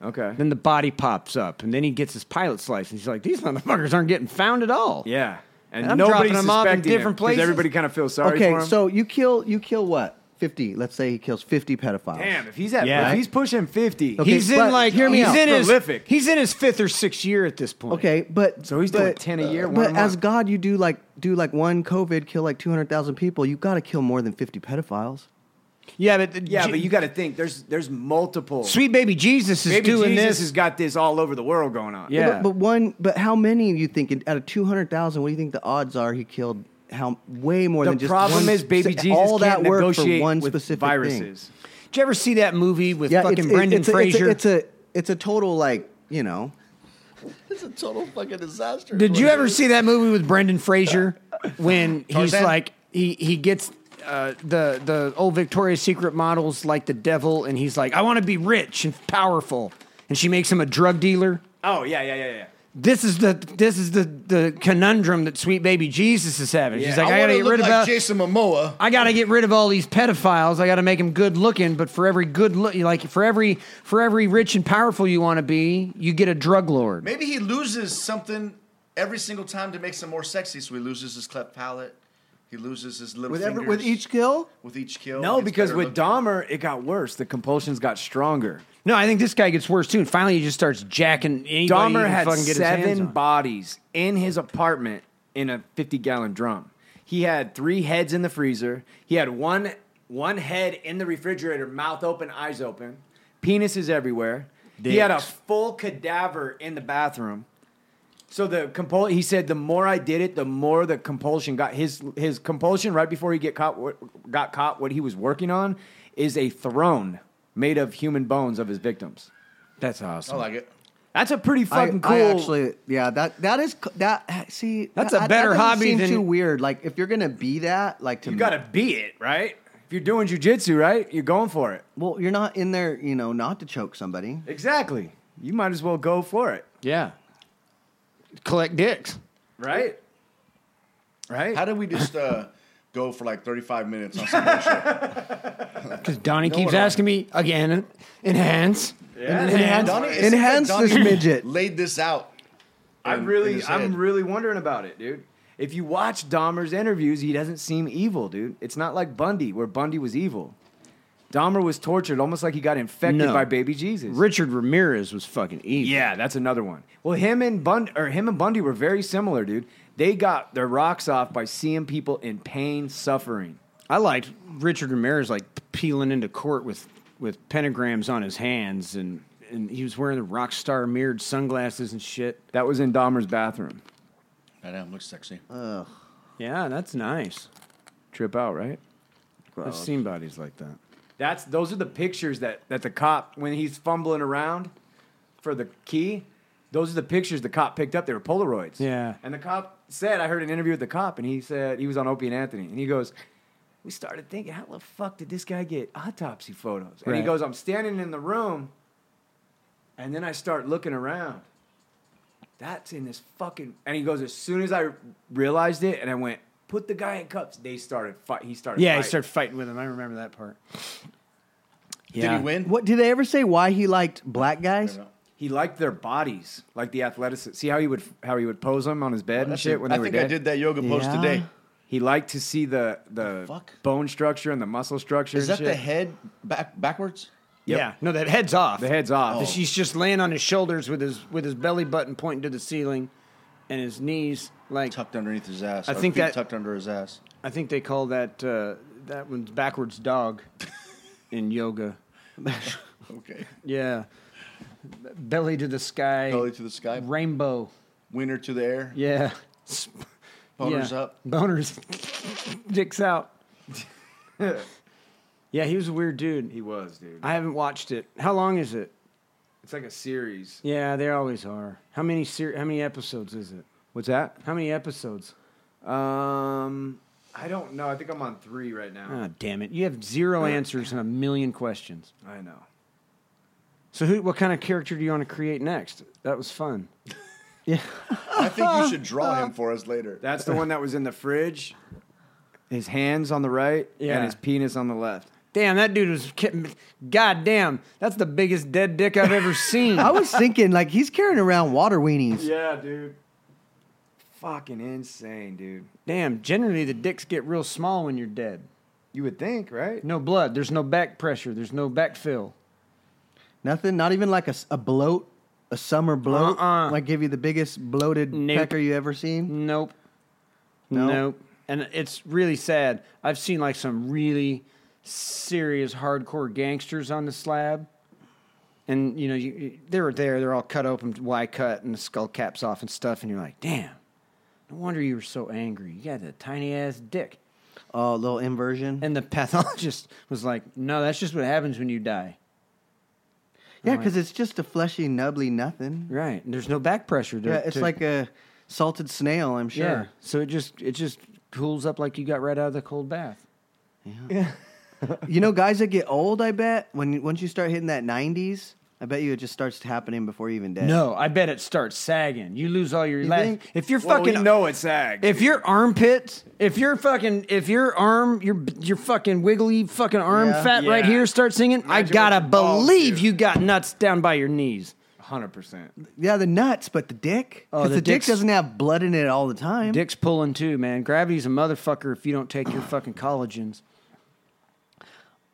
Speaker 4: Okay.
Speaker 1: Then the body pops up, and then he gets his pilot's license. He's like, these motherfuckers aren't getting found at all.
Speaker 4: Yeah. And,
Speaker 1: And I'm
Speaker 4: nobody's
Speaker 1: dropping 'em off in
Speaker 4: suspecting him,
Speaker 1: different
Speaker 4: 'cause
Speaker 1: places.
Speaker 4: Everybody kind of feels sorry for
Speaker 3: Okay,
Speaker 4: him.
Speaker 3: so you kill you kill what fifty? Let's say he kills fifty pedophiles.
Speaker 4: damn, if he's at,
Speaker 1: Yeah.
Speaker 4: if he's pushing fifty,
Speaker 3: Okay,
Speaker 1: he's in
Speaker 3: but
Speaker 1: like
Speaker 3: hear me
Speaker 1: he's
Speaker 3: out.
Speaker 1: in his
Speaker 4: Prolific.
Speaker 1: he's in his fifth or sixth year at this point.
Speaker 3: Okay, but
Speaker 4: So he's
Speaker 3: but, uh,
Speaker 4: doing 10 a year, one a
Speaker 3: But
Speaker 4: month.
Speaker 3: as God, you do like do like one COVID, kill like two hundred thousand people. You got to kill more than fifty pedophiles.
Speaker 1: Yeah, but the-
Speaker 4: yeah,
Speaker 1: Je-
Speaker 4: but you got to think there's there's multiple.
Speaker 1: Sweet baby Jesus is
Speaker 4: Maybe
Speaker 1: doing
Speaker 4: Jesus
Speaker 1: this.
Speaker 4: has got this all over the world going on.
Speaker 1: Yeah.
Speaker 3: but, but one, but how many you think out of two hundred thousand? What do you think the odds are he killed? How way more
Speaker 4: The
Speaker 3: than just
Speaker 4: problem
Speaker 3: one-
Speaker 4: is, baby
Speaker 3: so
Speaker 4: Jesus
Speaker 3: all that
Speaker 4: can't
Speaker 3: work
Speaker 4: negotiate
Speaker 3: for one
Speaker 4: with
Speaker 3: specific thing.
Speaker 4: viruses.
Speaker 1: Did you ever see that movie with
Speaker 3: Yeah,
Speaker 1: fucking
Speaker 3: it's,
Speaker 1: Brendan
Speaker 3: it's, a- it's a-
Speaker 1: Fraser?
Speaker 3: It's a, it's a total like you know.
Speaker 2: <laughs> It's a total fucking disaster.
Speaker 1: Did you ever see that movie with Brendan Fraser when he's
Speaker 2: Tarzan?
Speaker 1: like he he gets uh, the the old Victoria's Secret models like the devil, and he's like, I want to be rich and powerful, and she makes him a drug dealer.
Speaker 4: Oh yeah, yeah, yeah, yeah.
Speaker 1: This is the this is the the conundrum that sweet baby Jesus is having. She's
Speaker 4: Yeah.
Speaker 1: like, I,
Speaker 2: I, want
Speaker 1: gotta
Speaker 2: to
Speaker 1: get
Speaker 2: look
Speaker 1: rid
Speaker 2: like
Speaker 1: of all-
Speaker 2: Jason Momoa.
Speaker 1: I gotta get rid of all these pedophiles. I gotta make them good looking. But for every good look, like for every for every rich and powerful you want to be, you get a drug lord.
Speaker 2: Maybe he loses something every single time to make him more sexy. So he loses his cleft palate. He loses his little
Speaker 3: With
Speaker 2: fingers.
Speaker 3: every, with each kill,
Speaker 2: with each
Speaker 3: Oh,
Speaker 2: kill.
Speaker 4: No,
Speaker 2: It's
Speaker 4: because
Speaker 2: better
Speaker 4: with
Speaker 2: look-
Speaker 4: Dahmer it got worse. The compulsions got stronger.
Speaker 1: No, I think this guy gets worse too. And finally, he just starts jacking anybody. he
Speaker 4: Dahmer
Speaker 1: can
Speaker 4: had
Speaker 1: fucking get his hands
Speaker 4: seven
Speaker 1: on.
Speaker 4: bodies in his apartment in a 50 gallon drum. He had three heads in the freezer. He had one one head in the refrigerator, mouth open, eyes open, penises everywhere. He had a
Speaker 1: Dicks.
Speaker 4: full cadaver in the bathroom. So the compul- he said the more I did it, the more the compulsion got his his compulsion right before he get caught what- got caught what he was working on is a throne made of human bones of his victims.
Speaker 1: That's
Speaker 2: I
Speaker 1: awesome.
Speaker 2: like it.
Speaker 4: That's a pretty
Speaker 3: I,
Speaker 4: fucking
Speaker 3: I
Speaker 4: cool.
Speaker 3: actually, yeah, that that is co- that. See,
Speaker 1: That's
Speaker 3: that-
Speaker 1: a
Speaker 3: that
Speaker 1: better
Speaker 3: doesn't
Speaker 1: hobby
Speaker 3: seem
Speaker 1: than-
Speaker 3: too weird. Like if you're gonna be that, like to
Speaker 4: You gotta be it, right? If you're doing jujitsu, right, you're going for it.
Speaker 3: Well, you're not in there, you know, not to choke somebody.
Speaker 4: Exactly. You might as well go for it,
Speaker 1: Yeah. Collect dicks.
Speaker 4: right? Right?
Speaker 2: How did we just uh, go for like 35 minutes on some bullshit?
Speaker 1: Because Donnie
Speaker 2: No
Speaker 1: keeps
Speaker 2: one-
Speaker 1: asking me again. Enhance.
Speaker 4: Yeah.
Speaker 1: Enhance.
Speaker 2: Donnie- it's
Speaker 3: Enhance
Speaker 2: like Donnie
Speaker 3: this midget.
Speaker 2: Laid this out. in-
Speaker 4: I'm
Speaker 2: in
Speaker 4: really,
Speaker 2: his
Speaker 4: I'm
Speaker 2: head.
Speaker 4: really wondering about it, dude. If you watch Dahmer's interviews, he doesn't seem evil, dude. It's not like Bundy, where Bundy was evil. Dahmer was tortured, almost like he got infected
Speaker 1: No.
Speaker 4: by baby Jesus.
Speaker 1: Richard Ramirez was fucking evil.
Speaker 4: Yeah, that's another one. Well, him and Bundy, or him and Bundy were very similar, dude. They got their rocks off by seeing people in pain, suffering.
Speaker 1: I liked Richard Ramirez like peeling into court with with pentagrams on his hands and and he was wearing the rock star mirrored sunglasses and shit.
Speaker 4: That was in Dahmer's bathroom.
Speaker 2: That damn looks sexy.
Speaker 1: Yeah, that's nice.
Speaker 4: Trip out, right?
Speaker 1: I've seen bodies like that.
Speaker 4: That's those are the pictures that that the cop when he's fumbling around for the key. Those are the pictures the cop picked up. They were Polaroids.
Speaker 1: Yeah.
Speaker 4: And the cop said, I heard an interview with the cop, and he said he was on Opie and Anthony, and he goes, "We started thinking, how the fuck did this guy get autopsy photos?" And he
Speaker 1: Right.
Speaker 4: goes, "I'm standing in the room, and then I start looking around. That's in this fucking." And he goes, "As soon as I realized it, and I went." Put the guy in cuffs. They started fight. He started.
Speaker 1: Yeah, he
Speaker 4: fighting.
Speaker 1: started fighting with him. I remember that part.
Speaker 2: Did he win?
Speaker 3: What did they ever say? Why he liked black guys?
Speaker 4: He liked their bodies, like the athleticism. See how he would how he would pose them on his bed and
Speaker 2: That's
Speaker 4: shit
Speaker 2: it.
Speaker 4: when
Speaker 2: I
Speaker 4: they were
Speaker 2: think
Speaker 4: dead.
Speaker 2: I did that yoga pose
Speaker 3: Yeah.
Speaker 2: today.
Speaker 4: He liked to see the the
Speaker 2: fuck?
Speaker 4: bone structure and the muscle structure.
Speaker 2: Is
Speaker 4: and
Speaker 2: that the
Speaker 4: shit.
Speaker 2: head back backwards?
Speaker 1: Yeah. No, that head's off.
Speaker 4: The head's
Speaker 2: Oh.
Speaker 4: off.
Speaker 1: She's He's just laying on his shoulders with his with his belly button pointing to the ceiling, and his knees like
Speaker 2: Tucked underneath his ass.
Speaker 1: I
Speaker 2: or
Speaker 1: think
Speaker 2: feet
Speaker 1: that-
Speaker 2: tucked under his ass.
Speaker 1: I think they call that uh, that one's backwards
Speaker 2: <laughs>
Speaker 1: dog in yoga.
Speaker 2: Okay.
Speaker 1: Yeah, belly to the sky,
Speaker 2: <laughs> Belly to the sky.
Speaker 1: rainbow.
Speaker 2: Wiener to the air.
Speaker 1: Yeah,
Speaker 2: Boners
Speaker 1: Yeah.
Speaker 2: up.
Speaker 1: boners, <laughs> dicks out. yeah, he was a weird dude.
Speaker 4: He was, dude.
Speaker 1: I haven't watched it. How long is it?
Speaker 7: It's like a series.
Speaker 1: Yeah, they always are. How many ser- how many episodes is it?
Speaker 4: What's that?
Speaker 1: How many episodes?
Speaker 4: Um, I don't know. I think I'm on three right now.
Speaker 1: Ah, damn it! You have zero answers and a million questions.
Speaker 4: I know.
Speaker 1: So, who? What kind of character do you want to create next? That was fun.
Speaker 2: I think you should draw him for us later.
Speaker 4: That's the one that was in the fridge. His hands on the right
Speaker 1: Yeah.
Speaker 4: and his penis on the left.
Speaker 1: Damn, that dude was. ki- God damn, that's the biggest dead dick I've ever seen.
Speaker 3: I was thinking, like, he's carrying around water weenies.
Speaker 4: Yeah, dude. Fucking insane, dude.
Speaker 1: damn, generally the dicks get real small when you're dead.
Speaker 4: You would think, right?
Speaker 1: No blood. There's no back pressure. There's no backfill.
Speaker 3: Nothing, not even like a, s- a bloat, a summer bloat.
Speaker 1: Uh-uh.
Speaker 3: Like, give you the biggest bloated
Speaker 1: Nope.
Speaker 3: pecker you ever seen.
Speaker 1: Nope.
Speaker 3: No?
Speaker 1: Nope. And it's really sad. I've seen like some really serious hardcore gangsters on the slab. And you know, you, you, they were there, they're all cut open, Y cut and the skull caps off and stuff, and you're like, damn, no wonder you were so angry. You got that tiny ass dick.
Speaker 3: Oh, a little inversion.
Speaker 1: And the pathologist was like, No, that's just what happens when you die.
Speaker 3: yeah, because it's just a fleshy, nubbly nothing.
Speaker 1: Right. And there's no back pressure to
Speaker 3: Yeah, it's
Speaker 1: to-
Speaker 3: like a salted snail, I'm sure.
Speaker 1: Yeah. So it just it just cools up like you got right out of the cold bath.
Speaker 3: You know, guys that get old, I bet when once you start hitting that nineties, I bet you it just starts happening before you're even dead.
Speaker 1: No, I bet it starts sagging. You lose all your
Speaker 3: You
Speaker 1: la-
Speaker 3: think?
Speaker 1: if you're
Speaker 4: Well,
Speaker 1: fucking
Speaker 4: we know it's ag.
Speaker 1: if your armpits, if your fucking if your arm, your your fucking wiggly fucking arm
Speaker 3: Yeah.
Speaker 1: fat right
Speaker 7: Yeah.
Speaker 1: here starts singing, I
Speaker 7: Imagine
Speaker 1: gotta
Speaker 7: what the balls
Speaker 1: believe
Speaker 7: do.
Speaker 1: you got nuts down by your knees.
Speaker 4: hundred percent.
Speaker 3: yeah, the nuts, but the dick.
Speaker 1: Oh,
Speaker 3: 'Cause
Speaker 1: the
Speaker 3: the, dick
Speaker 1: dick's-
Speaker 3: doesn't have blood in it all the time.
Speaker 1: Dick's pulling too, man. Gravity's a motherfucker if you don't take your fucking collagens.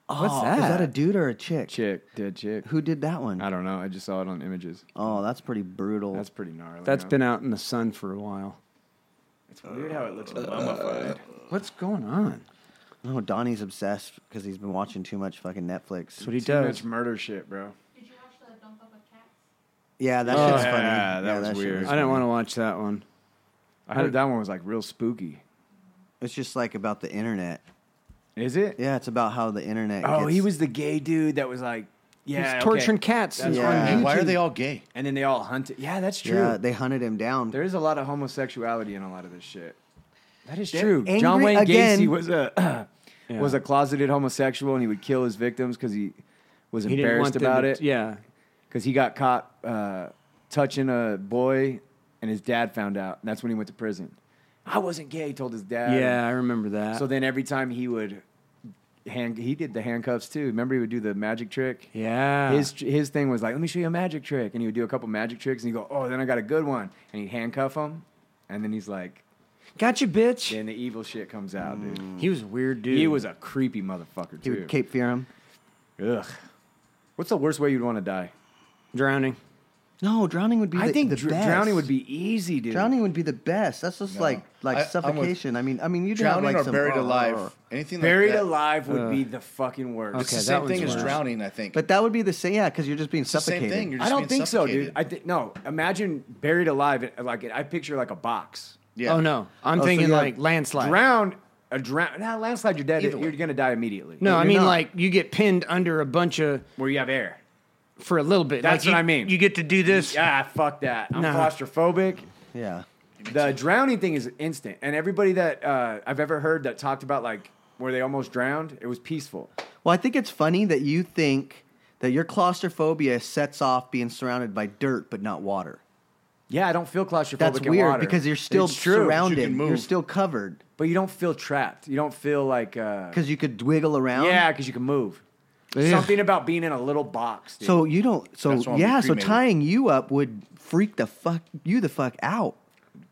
Speaker 3: oh,
Speaker 1: what's
Speaker 3: Is
Speaker 1: that?
Speaker 3: that a dude or a chick?
Speaker 4: Chick, dead chick.
Speaker 3: Who did that one?
Speaker 4: I don't know. I just saw it on images.
Speaker 3: Oh, that's pretty brutal.
Speaker 4: That's pretty gnarly.
Speaker 1: That's
Speaker 4: huh?
Speaker 1: been out in the sun for a while.
Speaker 7: It's weird how it
Speaker 4: Uh,
Speaker 7: looks mummified.
Speaker 1: What's going on?
Speaker 3: oh, Donnie's obsessed because he's been watching too much fucking Netflix.
Speaker 1: That's what he
Speaker 7: Too
Speaker 1: does.
Speaker 7: much murder shit, bro.
Speaker 8: Did you watch the Don't Fuck with Cats?
Speaker 3: Yeah, that
Speaker 1: Oh,
Speaker 3: shit's
Speaker 1: yeah,
Speaker 3: funny.
Speaker 4: that was
Speaker 3: shit
Speaker 4: weird.
Speaker 3: was
Speaker 1: I didn't
Speaker 3: funny.
Speaker 1: want to watch that one.
Speaker 4: I heard that one was like real spooky.
Speaker 3: It's just like about the internet.
Speaker 4: Is it?
Speaker 3: Yeah, it's about how the internet.
Speaker 4: Oh,
Speaker 3: gets-
Speaker 4: he was the gay dude that was like, yeah,
Speaker 1: He's
Speaker 4: okay.
Speaker 1: torturing cats.
Speaker 4: That's
Speaker 1: on
Speaker 3: right.
Speaker 1: YouTube.
Speaker 2: Uh, Why are they all gay?
Speaker 4: And then they all hunted. Yeah, that's true.
Speaker 3: Yeah, they hunted him down.
Speaker 4: there is a lot of homosexuality in a lot of this shit.
Speaker 1: That is
Speaker 4: They're
Speaker 1: true.
Speaker 3: angry
Speaker 4: John Wayne
Speaker 3: again.
Speaker 4: Gacy was a <clears throat>
Speaker 1: Yeah.
Speaker 4: was a closeted homosexual, and he would kill his victims because he was
Speaker 1: He didn't want
Speaker 4: embarrassed
Speaker 1: them
Speaker 4: about
Speaker 1: to-
Speaker 4: it.
Speaker 1: Yeah.
Speaker 4: because he got caught uh, touching a boy, and his dad found out. And that's when he went to prison. I wasn't gay, he told his dad.
Speaker 1: Yeah, I remember that.
Speaker 4: So then every time he would hand, he did the handcuffs too. Remember he would do the magic trick.
Speaker 1: yeah.
Speaker 4: His his thing was like, let me show you a magic trick, and he would do a couple magic tricks, and he'd go, oh, then I got a good one, and he'd handcuff him, and then he's like,
Speaker 1: Gotcha, bitch.
Speaker 4: then the evil shit comes out, dude.
Speaker 1: He was a weird Mm. dude.
Speaker 4: He was a creepy motherfucker
Speaker 3: he
Speaker 4: too.
Speaker 3: would Cape Fear him.
Speaker 4: Ugh. What's the worst way you'd want to die?
Speaker 1: drowning.
Speaker 3: No, drowning would be.
Speaker 4: I
Speaker 3: the-
Speaker 4: think
Speaker 3: the
Speaker 4: dr-
Speaker 3: best.
Speaker 4: drowning would be easy, dude.
Speaker 3: Drowning would be the best. That's just like like
Speaker 2: I- I'm with-
Speaker 3: suffocation. I mean, I mean, you do have
Speaker 2: Drowning
Speaker 3: like
Speaker 2: or
Speaker 3: some,
Speaker 2: buried
Speaker 3: uh,
Speaker 2: alive? Anything like
Speaker 4: Buried
Speaker 2: that.
Speaker 4: alive would be the fucking worst.
Speaker 1: okay.
Speaker 2: It's the
Speaker 1: that
Speaker 2: same thing
Speaker 1: one's
Speaker 2: as
Speaker 1: worse.
Speaker 2: drowning, I think.
Speaker 3: But that would be the same, yeah, because you're just being
Speaker 2: it's the
Speaker 3: suffocated.
Speaker 2: same thing. You're just
Speaker 4: I don't
Speaker 2: being
Speaker 4: think so, dude.
Speaker 2: suffocated.
Speaker 4: I think no. Imagine buried alive, in- like I picture like a box.
Speaker 2: yeah.
Speaker 1: Oh no, I'm
Speaker 3: Oh, so
Speaker 1: thinking
Speaker 3: you have
Speaker 1: like landslide.
Speaker 4: Drown, a drown. Nah, landslide, you're dead.
Speaker 2: Either way.
Speaker 4: You're gonna die immediately.
Speaker 1: no, I mean
Speaker 3: not.
Speaker 1: like you get pinned under a bunch of
Speaker 4: where you have air.
Speaker 1: for a little bit.
Speaker 4: That's
Speaker 1: Like, you-
Speaker 4: what I mean.
Speaker 1: You get to do this.
Speaker 4: Yeah, fuck that. I'm
Speaker 1: Nah.
Speaker 4: claustrophobic.
Speaker 3: Yeah.
Speaker 4: The drowning thing is instant, and everybody that uh, I've ever heard that talked about like where they almost drowned, it was peaceful.
Speaker 3: Well, I think it's funny that you think that your claustrophobia sets off being surrounded by dirt but not water.
Speaker 4: Yeah, I don't feel claustrophobic.
Speaker 3: That's
Speaker 4: in
Speaker 3: weird
Speaker 4: water.
Speaker 3: because you're still
Speaker 4: It's true.
Speaker 3: surrounded.
Speaker 2: You can
Speaker 3: You are
Speaker 2: move.
Speaker 3: still covered
Speaker 4: but you don't feel trapped. You don't feel like uh,
Speaker 3: because you could wiggle around.
Speaker 4: yeah, because you can move. Something about being in a little box. Dude.
Speaker 3: So you don't.
Speaker 2: That's why
Speaker 3: So
Speaker 2: I'm
Speaker 3: yeah. So
Speaker 2: cremated.
Speaker 3: tying you up would freak the fuck you the fuck out.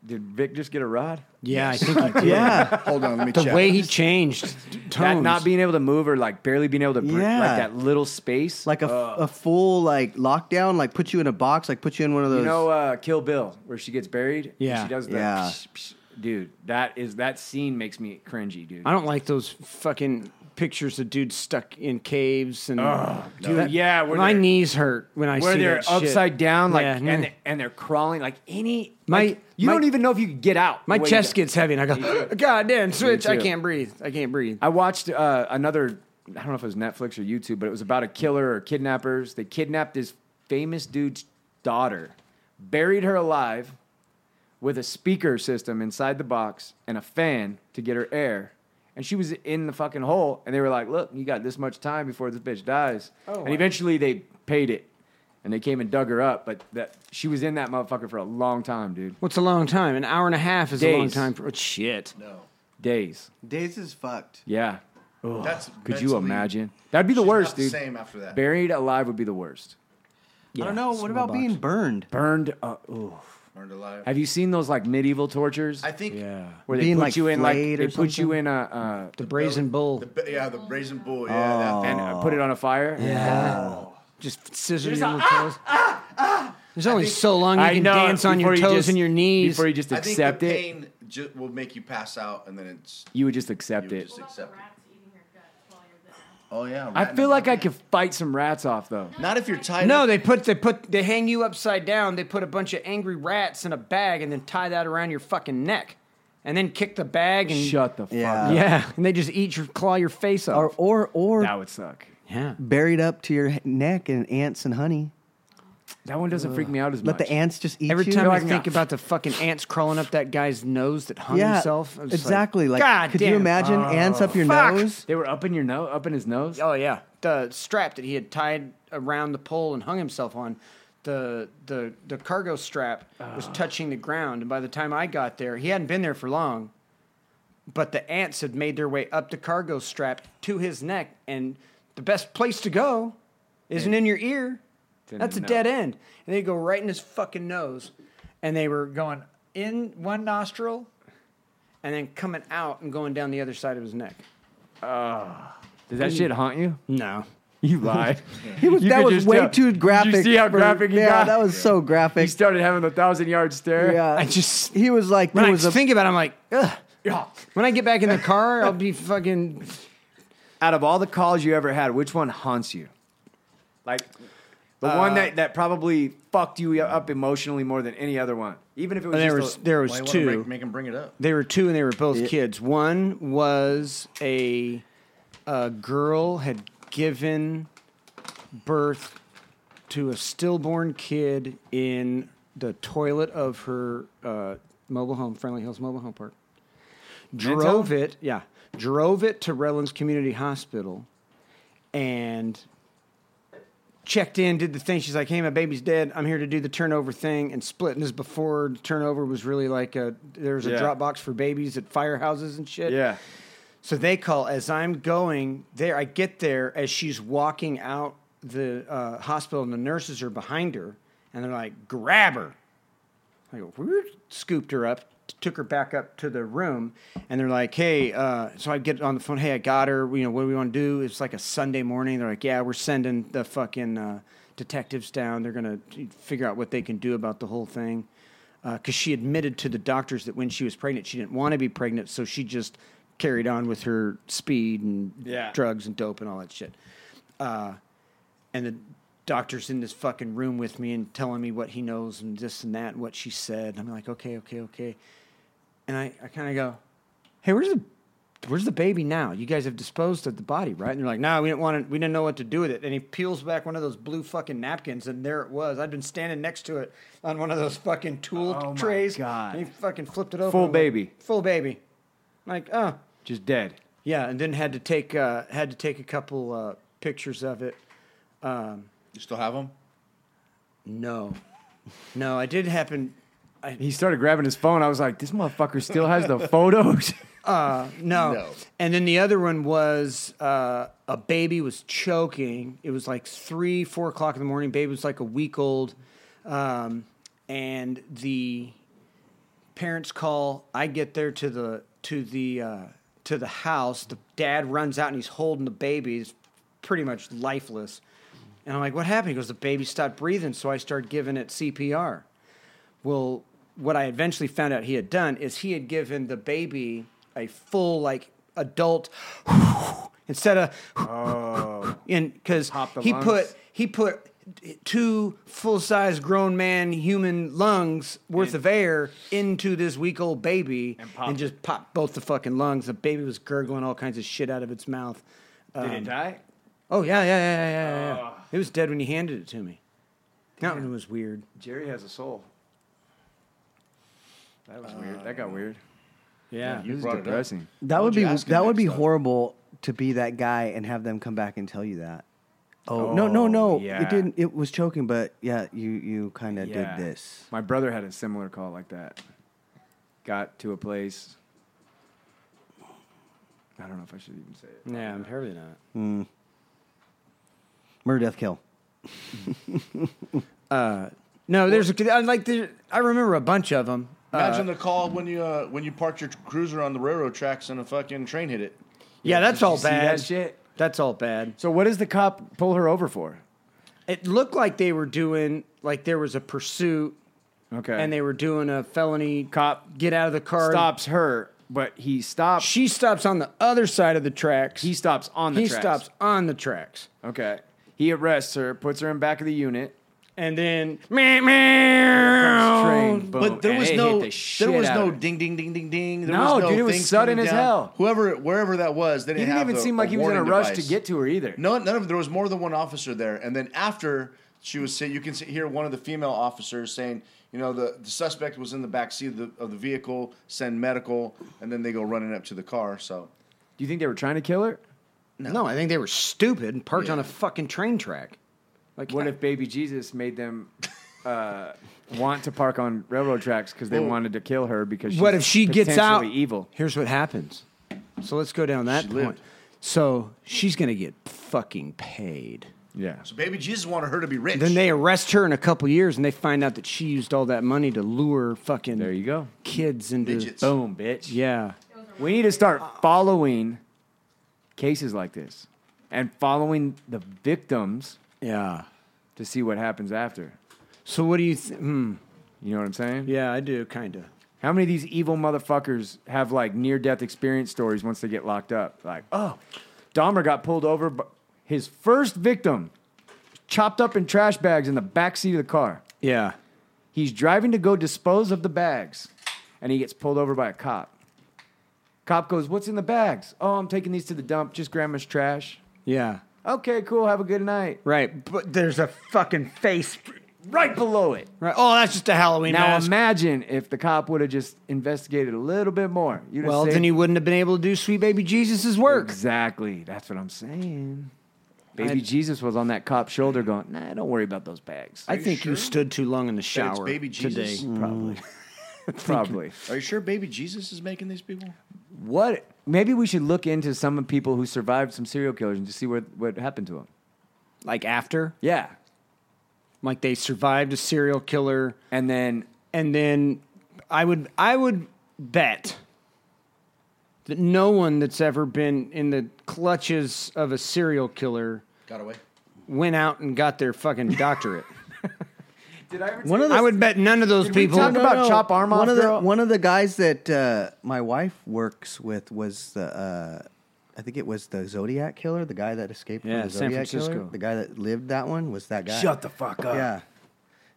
Speaker 4: Did Vic just get a rod?
Speaker 1: Yeah, I think
Speaker 4: <laughs>
Speaker 1: he did.
Speaker 3: Yeah.
Speaker 2: Hold on, let me
Speaker 1: The
Speaker 2: check.
Speaker 1: way he changed
Speaker 4: That
Speaker 1: tones.
Speaker 4: not being able to move or like barely being able to breathe, like
Speaker 3: Yeah.
Speaker 4: that little
Speaker 2: <laughs>
Speaker 4: space.
Speaker 3: like a, a full like lockdown, like put you in a box, like put you in one of those.
Speaker 4: you know, uh, Kill Bill, where she gets buried. and
Speaker 1: Yeah.
Speaker 4: she does that.
Speaker 3: Yeah.
Speaker 4: psh, psh. dude, that is that scene makes me cringy, dude.
Speaker 1: I don't like those fucking pictures of dudes stuck in caves and.
Speaker 4: dude, yeah, where
Speaker 1: my
Speaker 4: they're-
Speaker 1: knees hurt when I
Speaker 4: where
Speaker 1: see
Speaker 4: they're
Speaker 1: that shit.
Speaker 4: upside down, like
Speaker 1: Yeah,
Speaker 4: and,
Speaker 1: mm.
Speaker 4: they- and they're crawling, like any
Speaker 1: My-
Speaker 4: like, you
Speaker 1: my-
Speaker 4: don't even know if you can get out.
Speaker 1: My
Speaker 4: the way you
Speaker 1: chest
Speaker 4: go.
Speaker 1: gets heavy and I go, God damn, switch! I
Speaker 4: too.
Speaker 1: can't breathe. I can't breathe.
Speaker 4: I watched uh, another. I don't know if it was Netflix or YouTube, but it was about a killer or kidnappers. They kidnapped this famous dude's daughter, buried her alive with a speaker system inside the box and a fan to get her air. And she was in the fucking hole, and they were like, "Look, you got this much time before this bitch dies."
Speaker 2: Oh,
Speaker 4: and eventually, they paid it, and they came and dug her up. But that she was in that motherfucker for a long time, dude.
Speaker 1: What's a long time? An hour and a half is a long
Speaker 4: Days.
Speaker 1: time. For, oh, shit.
Speaker 4: Days.
Speaker 3: Days is fucked.
Speaker 4: Yeah.
Speaker 2: That's
Speaker 4: Could you
Speaker 2: mentally-
Speaker 4: imagine? That'd be the
Speaker 2: she's not
Speaker 4: worst,
Speaker 2: the
Speaker 4: dude.
Speaker 2: Same after that.
Speaker 4: Buried alive would be the worst.
Speaker 3: I don't know. What about being burned?
Speaker 4: Burned. Uh, ooh.
Speaker 2: Burned alive.
Speaker 4: Have you seen those like medieval tortures?
Speaker 2: I think.
Speaker 4: Where they
Speaker 3: Being,
Speaker 4: put
Speaker 3: like,
Speaker 4: you in like
Speaker 3: flayed
Speaker 4: they
Speaker 3: or
Speaker 4: put you
Speaker 3: something?
Speaker 4: in a
Speaker 1: The brazen bull.
Speaker 2: The, ba- yeah, the brazen bull. Yeah.
Speaker 4: uh,
Speaker 2: that-
Speaker 4: and uh, put it on a fire.
Speaker 1: Just scissor your little toes. There's only so long you
Speaker 4: ah, I
Speaker 1: can
Speaker 4: know,
Speaker 1: dance on your
Speaker 4: before you
Speaker 1: toes
Speaker 4: just-
Speaker 1: and your knees.
Speaker 4: Before you just
Speaker 2: I think the
Speaker 4: accept it,
Speaker 2: pain ju- will make you pass out, and then it's.
Speaker 4: you would just accept
Speaker 2: You
Speaker 4: it.
Speaker 2: just-
Speaker 8: What about the
Speaker 2: Accept it.
Speaker 8: rats eating your guts while you're there?
Speaker 2: Oh yeah.
Speaker 4: I
Speaker 2: rat in
Speaker 4: feel
Speaker 2: a
Speaker 4: like I
Speaker 2: bucket.
Speaker 4: could fight some rats off though.
Speaker 2: Not if you're tied.
Speaker 1: no,
Speaker 2: up.
Speaker 1: they put they put they hang you upside down. They put a bunch of angry rats in a bag and then tie that around your fucking neck, and then kick the bag and
Speaker 4: Shut the fuck
Speaker 3: Yeah.
Speaker 4: up.
Speaker 1: Yeah, and they just eat your claw your face off.
Speaker 3: Or or or
Speaker 4: That would suck.
Speaker 1: yeah,
Speaker 3: buried up to your h- neck in ants and honey.
Speaker 4: That one doesn't freak me out as much.
Speaker 3: Let the ants just eat
Speaker 1: Every
Speaker 3: you.
Speaker 1: time I
Speaker 4: like,
Speaker 1: think
Speaker 4: "Nah."
Speaker 1: about the fucking ants crawling up that guy's nose that hung
Speaker 3: yeah,
Speaker 1: himself, I'm just
Speaker 3: exactly. Like,
Speaker 1: God
Speaker 3: could
Speaker 1: damn. Oh,
Speaker 3: you imagine ants up your
Speaker 1: Fuck.
Speaker 3: nose?
Speaker 4: They were up in your nose, up in his nose.
Speaker 1: Oh yeah, the strap that he had tied around the pole and hung himself on, the the the cargo strap was touching the ground, and by the time I got there, he hadn't been there for long, but the ants had made their way up the cargo strap to his neck, and the best place to go isn't in your ear.
Speaker 4: in
Speaker 1: That's a
Speaker 4: the
Speaker 1: dead end, and they go right in his fucking nose, and they were going in one nostril, and then coming out and going down the other side of his neck.
Speaker 4: Does that shit haunt you? <laughs>
Speaker 1: No.
Speaker 4: You lied.
Speaker 3: <laughs> He was,
Speaker 4: You
Speaker 3: that
Speaker 4: could
Speaker 3: was
Speaker 4: just
Speaker 3: way
Speaker 4: tell-
Speaker 3: too
Speaker 4: Did
Speaker 3: graphic.
Speaker 4: you see how
Speaker 3: for-
Speaker 4: graphic he
Speaker 3: yeah,
Speaker 4: got?
Speaker 3: that was so
Speaker 4: He
Speaker 3: graphic.
Speaker 4: started having the thousand yard stare.
Speaker 3: yeah,
Speaker 1: I
Speaker 4: <laughs>
Speaker 1: just
Speaker 3: he was like
Speaker 1: when
Speaker 3: there
Speaker 1: I
Speaker 3: was a
Speaker 1: think about it, I'm like, ugh. When I get back in
Speaker 4: <laughs>
Speaker 1: the car, I'll be fucking.
Speaker 4: Out of all the calls you ever had, which one haunts you? Like the one that, that probably fucked you up emotionally more than any other one. Even if it was
Speaker 1: There was
Speaker 4: just a-
Speaker 1: there
Speaker 2: Why
Speaker 1: was
Speaker 2: you wanna
Speaker 1: two.
Speaker 2: Make, make him bring it up.
Speaker 1: There were two, and they were both kids. One was a a girl had given birth to a stillborn kid in the toilet of her uh, mobile home, Friendly Hills Mobile Home Park. Drove it, yeah, drove it to Redlands Community Hospital, and checked in, did the thing. She's like, "Hey, my baby's dead. I'm here to do the turnover thing and split." And this is before turnover was really like a there was a
Speaker 4: Yeah.
Speaker 1: drop box for babies at firehouses and shit.
Speaker 4: yeah.
Speaker 1: So they call as I'm going there. I get there as she's walking out the uh, hospital, and the nurses are behind her, and they're like, "Grab her!" I go, "Where?" Scooped her up, t- took her back up to the room, and they're like, "Hey." Uh, so I get on the phone. Hey, I got her. You know, what do we want to do? It's like a Sunday morning. They're like, "Yeah, we're sending the fucking uh, detectives down. They're gonna t- figure out what they can do about the whole thing." because she admitted to the doctors that when she was pregnant, she didn't want to be pregnant, so she just carried on with her speed and
Speaker 4: Yeah.
Speaker 1: drugs and dope and all that shit. Uh, and the doctor's in this fucking room with me and telling me what he knows and this and that and what she said. And I'm like, okay, okay, okay. And I, I kind of go, hey, where's the where's the baby now? You guys have disposed of the body, right? And they're like, no, we didn't want to, we didn't know what to do with it. And he peels back one of those blue fucking napkins, and there it was. I'd been standing next to it on one of those fucking tool
Speaker 4: Oh my
Speaker 1: trays.
Speaker 4: God.
Speaker 1: And he fucking flipped it over.
Speaker 4: Full
Speaker 1: and went,
Speaker 4: baby.
Speaker 1: Full baby. I'm like, oh.
Speaker 4: Just dead.
Speaker 1: Yeah, and then had to take uh, had to take a couple uh, pictures of it.
Speaker 2: You still have him?
Speaker 1: No. No, I did happen
Speaker 4: He started grabbing his phone. I was like, this motherfucker still has <laughs> the photos.
Speaker 1: No.
Speaker 2: No.
Speaker 1: And then the other one was uh, a baby was choking. It was like three, four o'clock in the morning. Baby was like a week old. Um, and the parents call. I get there to the to the uh, to the house. The dad runs out and he's holding the baby. He's pretty much lifeless. And I'm like, what happened? He goes, the baby stopped breathing, so I started giving it CPR. Well, what I eventually found out he had done is he had given the baby a full like adult <laughs> instead of <laughs> and because
Speaker 4: Oh. Pop the
Speaker 1: he
Speaker 4: lungs.
Speaker 1: put he put two full size grown man human lungs worth of air into this week old baby and,
Speaker 4: popped
Speaker 1: just popped both the fucking lungs. The baby was gurgling all kinds of shit out of its mouth.
Speaker 4: Did it die? Oh.
Speaker 1: Oh yeah, yeah, yeah, yeah, yeah. yeah. It was dead when he handed it to me. That one was weird.
Speaker 4: Jerry has a soul. That was weird. That got weird.
Speaker 1: Yeah.
Speaker 4: This is
Speaker 2: brought it up.
Speaker 4: depressing.
Speaker 3: That
Speaker 2: Why
Speaker 3: would
Speaker 2: don't
Speaker 3: be
Speaker 2: you ask him
Speaker 3: that would
Speaker 2: next
Speaker 3: be
Speaker 2: time?
Speaker 3: horrible to be that guy and have them come back and tell you that. Oh, no
Speaker 4: Oh,
Speaker 3: no no!
Speaker 4: yeah.
Speaker 3: It didn't. It was choking, but yeah, you you kind of
Speaker 4: Yeah.
Speaker 3: did this.
Speaker 4: My brother had a similar call like that. Got to a place. I don't know if I should even say it.
Speaker 1: yeah, I'm probably not.
Speaker 3: Murder, death, kill.
Speaker 1: No, there's a, I like the, I remember a bunch of Uh, them.
Speaker 2: Imagine the call when you uh, when you parked your cruiser on the railroad tracks and a fucking train hit it.
Speaker 1: yeah, that's all
Speaker 4: See
Speaker 1: bad.
Speaker 4: that shit?
Speaker 1: That's all bad.
Speaker 4: So what does the cop pull her over for?
Speaker 1: It looked like they were doing like there was a pursuit
Speaker 4: Okay.
Speaker 1: and they were doing a felony
Speaker 4: Cop
Speaker 1: get out of the car.
Speaker 4: stops her, but he stops.
Speaker 1: She stops on the other side of the tracks.
Speaker 4: he stops on the
Speaker 1: he
Speaker 4: tracks.
Speaker 1: stops on the tracks.
Speaker 4: Okay. He arrests her, puts her in back of the unit.
Speaker 1: And then meh, meh.
Speaker 4: Train, boom,
Speaker 2: But there
Speaker 4: and
Speaker 2: was
Speaker 4: they
Speaker 2: no
Speaker 4: hit the shit
Speaker 2: there was
Speaker 4: out
Speaker 2: no
Speaker 4: of her.
Speaker 2: ding ding ding ding ding. There
Speaker 4: No,
Speaker 2: was no
Speaker 4: dude, it was
Speaker 2: things
Speaker 4: sudden
Speaker 2: coming
Speaker 4: as
Speaker 2: down.
Speaker 4: hell.
Speaker 2: Whoever wherever that was, they didn't
Speaker 4: He didn't
Speaker 2: have
Speaker 4: even
Speaker 2: a-
Speaker 4: seem like
Speaker 2: a
Speaker 4: he was in a
Speaker 2: warning
Speaker 4: rush
Speaker 2: device.
Speaker 4: to get to her either.
Speaker 2: No, none of there was more than one officer there. And then after she was, sit- you can sit, hear one of the female officers saying, you know, the, the suspect was in the back seat of the, of the vehicle. Send medical, and then they go running up to the car. So
Speaker 4: Do you think they were trying to kill her?
Speaker 1: No. I think they were stupid and parked on a fucking train track. Like
Speaker 4: What if Baby Jesus made them uh, <laughs> want to park on railroad tracks because they wanted to kill her because she's
Speaker 1: what if she gets out?
Speaker 4: potentially evil?
Speaker 1: Here's what happens. So let's go down that
Speaker 2: She
Speaker 1: point.
Speaker 2: lived.
Speaker 1: So she's gonna get fucking paid.
Speaker 4: Yeah.
Speaker 2: So baby Jesus wanted her to be rich.
Speaker 1: Then they arrest her in a couple years, and they find out that she used all that money to lure fucking
Speaker 4: There you go.
Speaker 1: kids into
Speaker 2: Midgets.
Speaker 4: Boom, bitch.
Speaker 1: yeah.
Speaker 4: We need to
Speaker 1: Uh,
Speaker 4: start following cases like this and following the victims
Speaker 1: Yeah.
Speaker 4: to see what happens after.
Speaker 1: So what do you? Th- hmm.
Speaker 4: You know what I'm saying?
Speaker 1: Yeah, I do kind of.
Speaker 4: How many of these evil motherfuckers have like near death experience stories once they get locked up? Like, oh, Dahmer got pulled over, but his first victim chopped up in trash bags in the backseat of the car.
Speaker 1: Yeah.
Speaker 4: He's driving to go dispose of the bags, and he gets pulled over by a cop. Cop goes, What's in the bags? Oh, I'm taking these to the dump, just grandma's trash.
Speaker 1: Yeah.
Speaker 4: Okay, cool, have a good night.
Speaker 1: Right. But there's a fucking face.
Speaker 4: Right below it.
Speaker 1: Right. Oh, that's just a Halloween
Speaker 4: Now
Speaker 1: mask.
Speaker 4: imagine if the cop would have just investigated a little bit more. You'd have
Speaker 1: well,
Speaker 4: saved-
Speaker 1: then you wouldn't have been able to do Sweet Baby Jesus' work.
Speaker 4: Exactly. That's what I'm saying. Baby
Speaker 1: I'd-
Speaker 4: Jesus was on that cop's shoulder going, nah, don't worry about those bags. <laughs>
Speaker 1: I think you stood too long in the
Speaker 2: That it's
Speaker 1: shower
Speaker 2: baby Jesus.
Speaker 1: today. Mm.
Speaker 4: probably. probably.
Speaker 2: Are you sure baby Jesus is making these people?
Speaker 4: What? Maybe we should look into some of people who survived some serial killers and just see what, what happened to them.
Speaker 1: Like after,
Speaker 4: Yeah.
Speaker 1: like they survived a serial killer,
Speaker 4: And then
Speaker 1: and then I would I would bet that no one that's ever been in the clutches of a serial killer
Speaker 2: Got away.
Speaker 1: went out and got their
Speaker 4: <laughs>
Speaker 1: fucking doctorate.
Speaker 4: Did I ever
Speaker 3: One of the
Speaker 1: I would bet none of those
Speaker 4: we
Speaker 1: people.
Speaker 4: talk about chop arm off
Speaker 3: one of the
Speaker 4: girl?
Speaker 3: one of the guys that uh, my wife works with was the uh, I think it was the Zodiac killer, the guy that escaped
Speaker 1: Yeah,
Speaker 3: from the
Speaker 1: San
Speaker 3: Zodiac killer,
Speaker 1: Francisco.
Speaker 3: the guy that lived that one was that guy.
Speaker 4: Shut the fuck up.
Speaker 3: Yeah,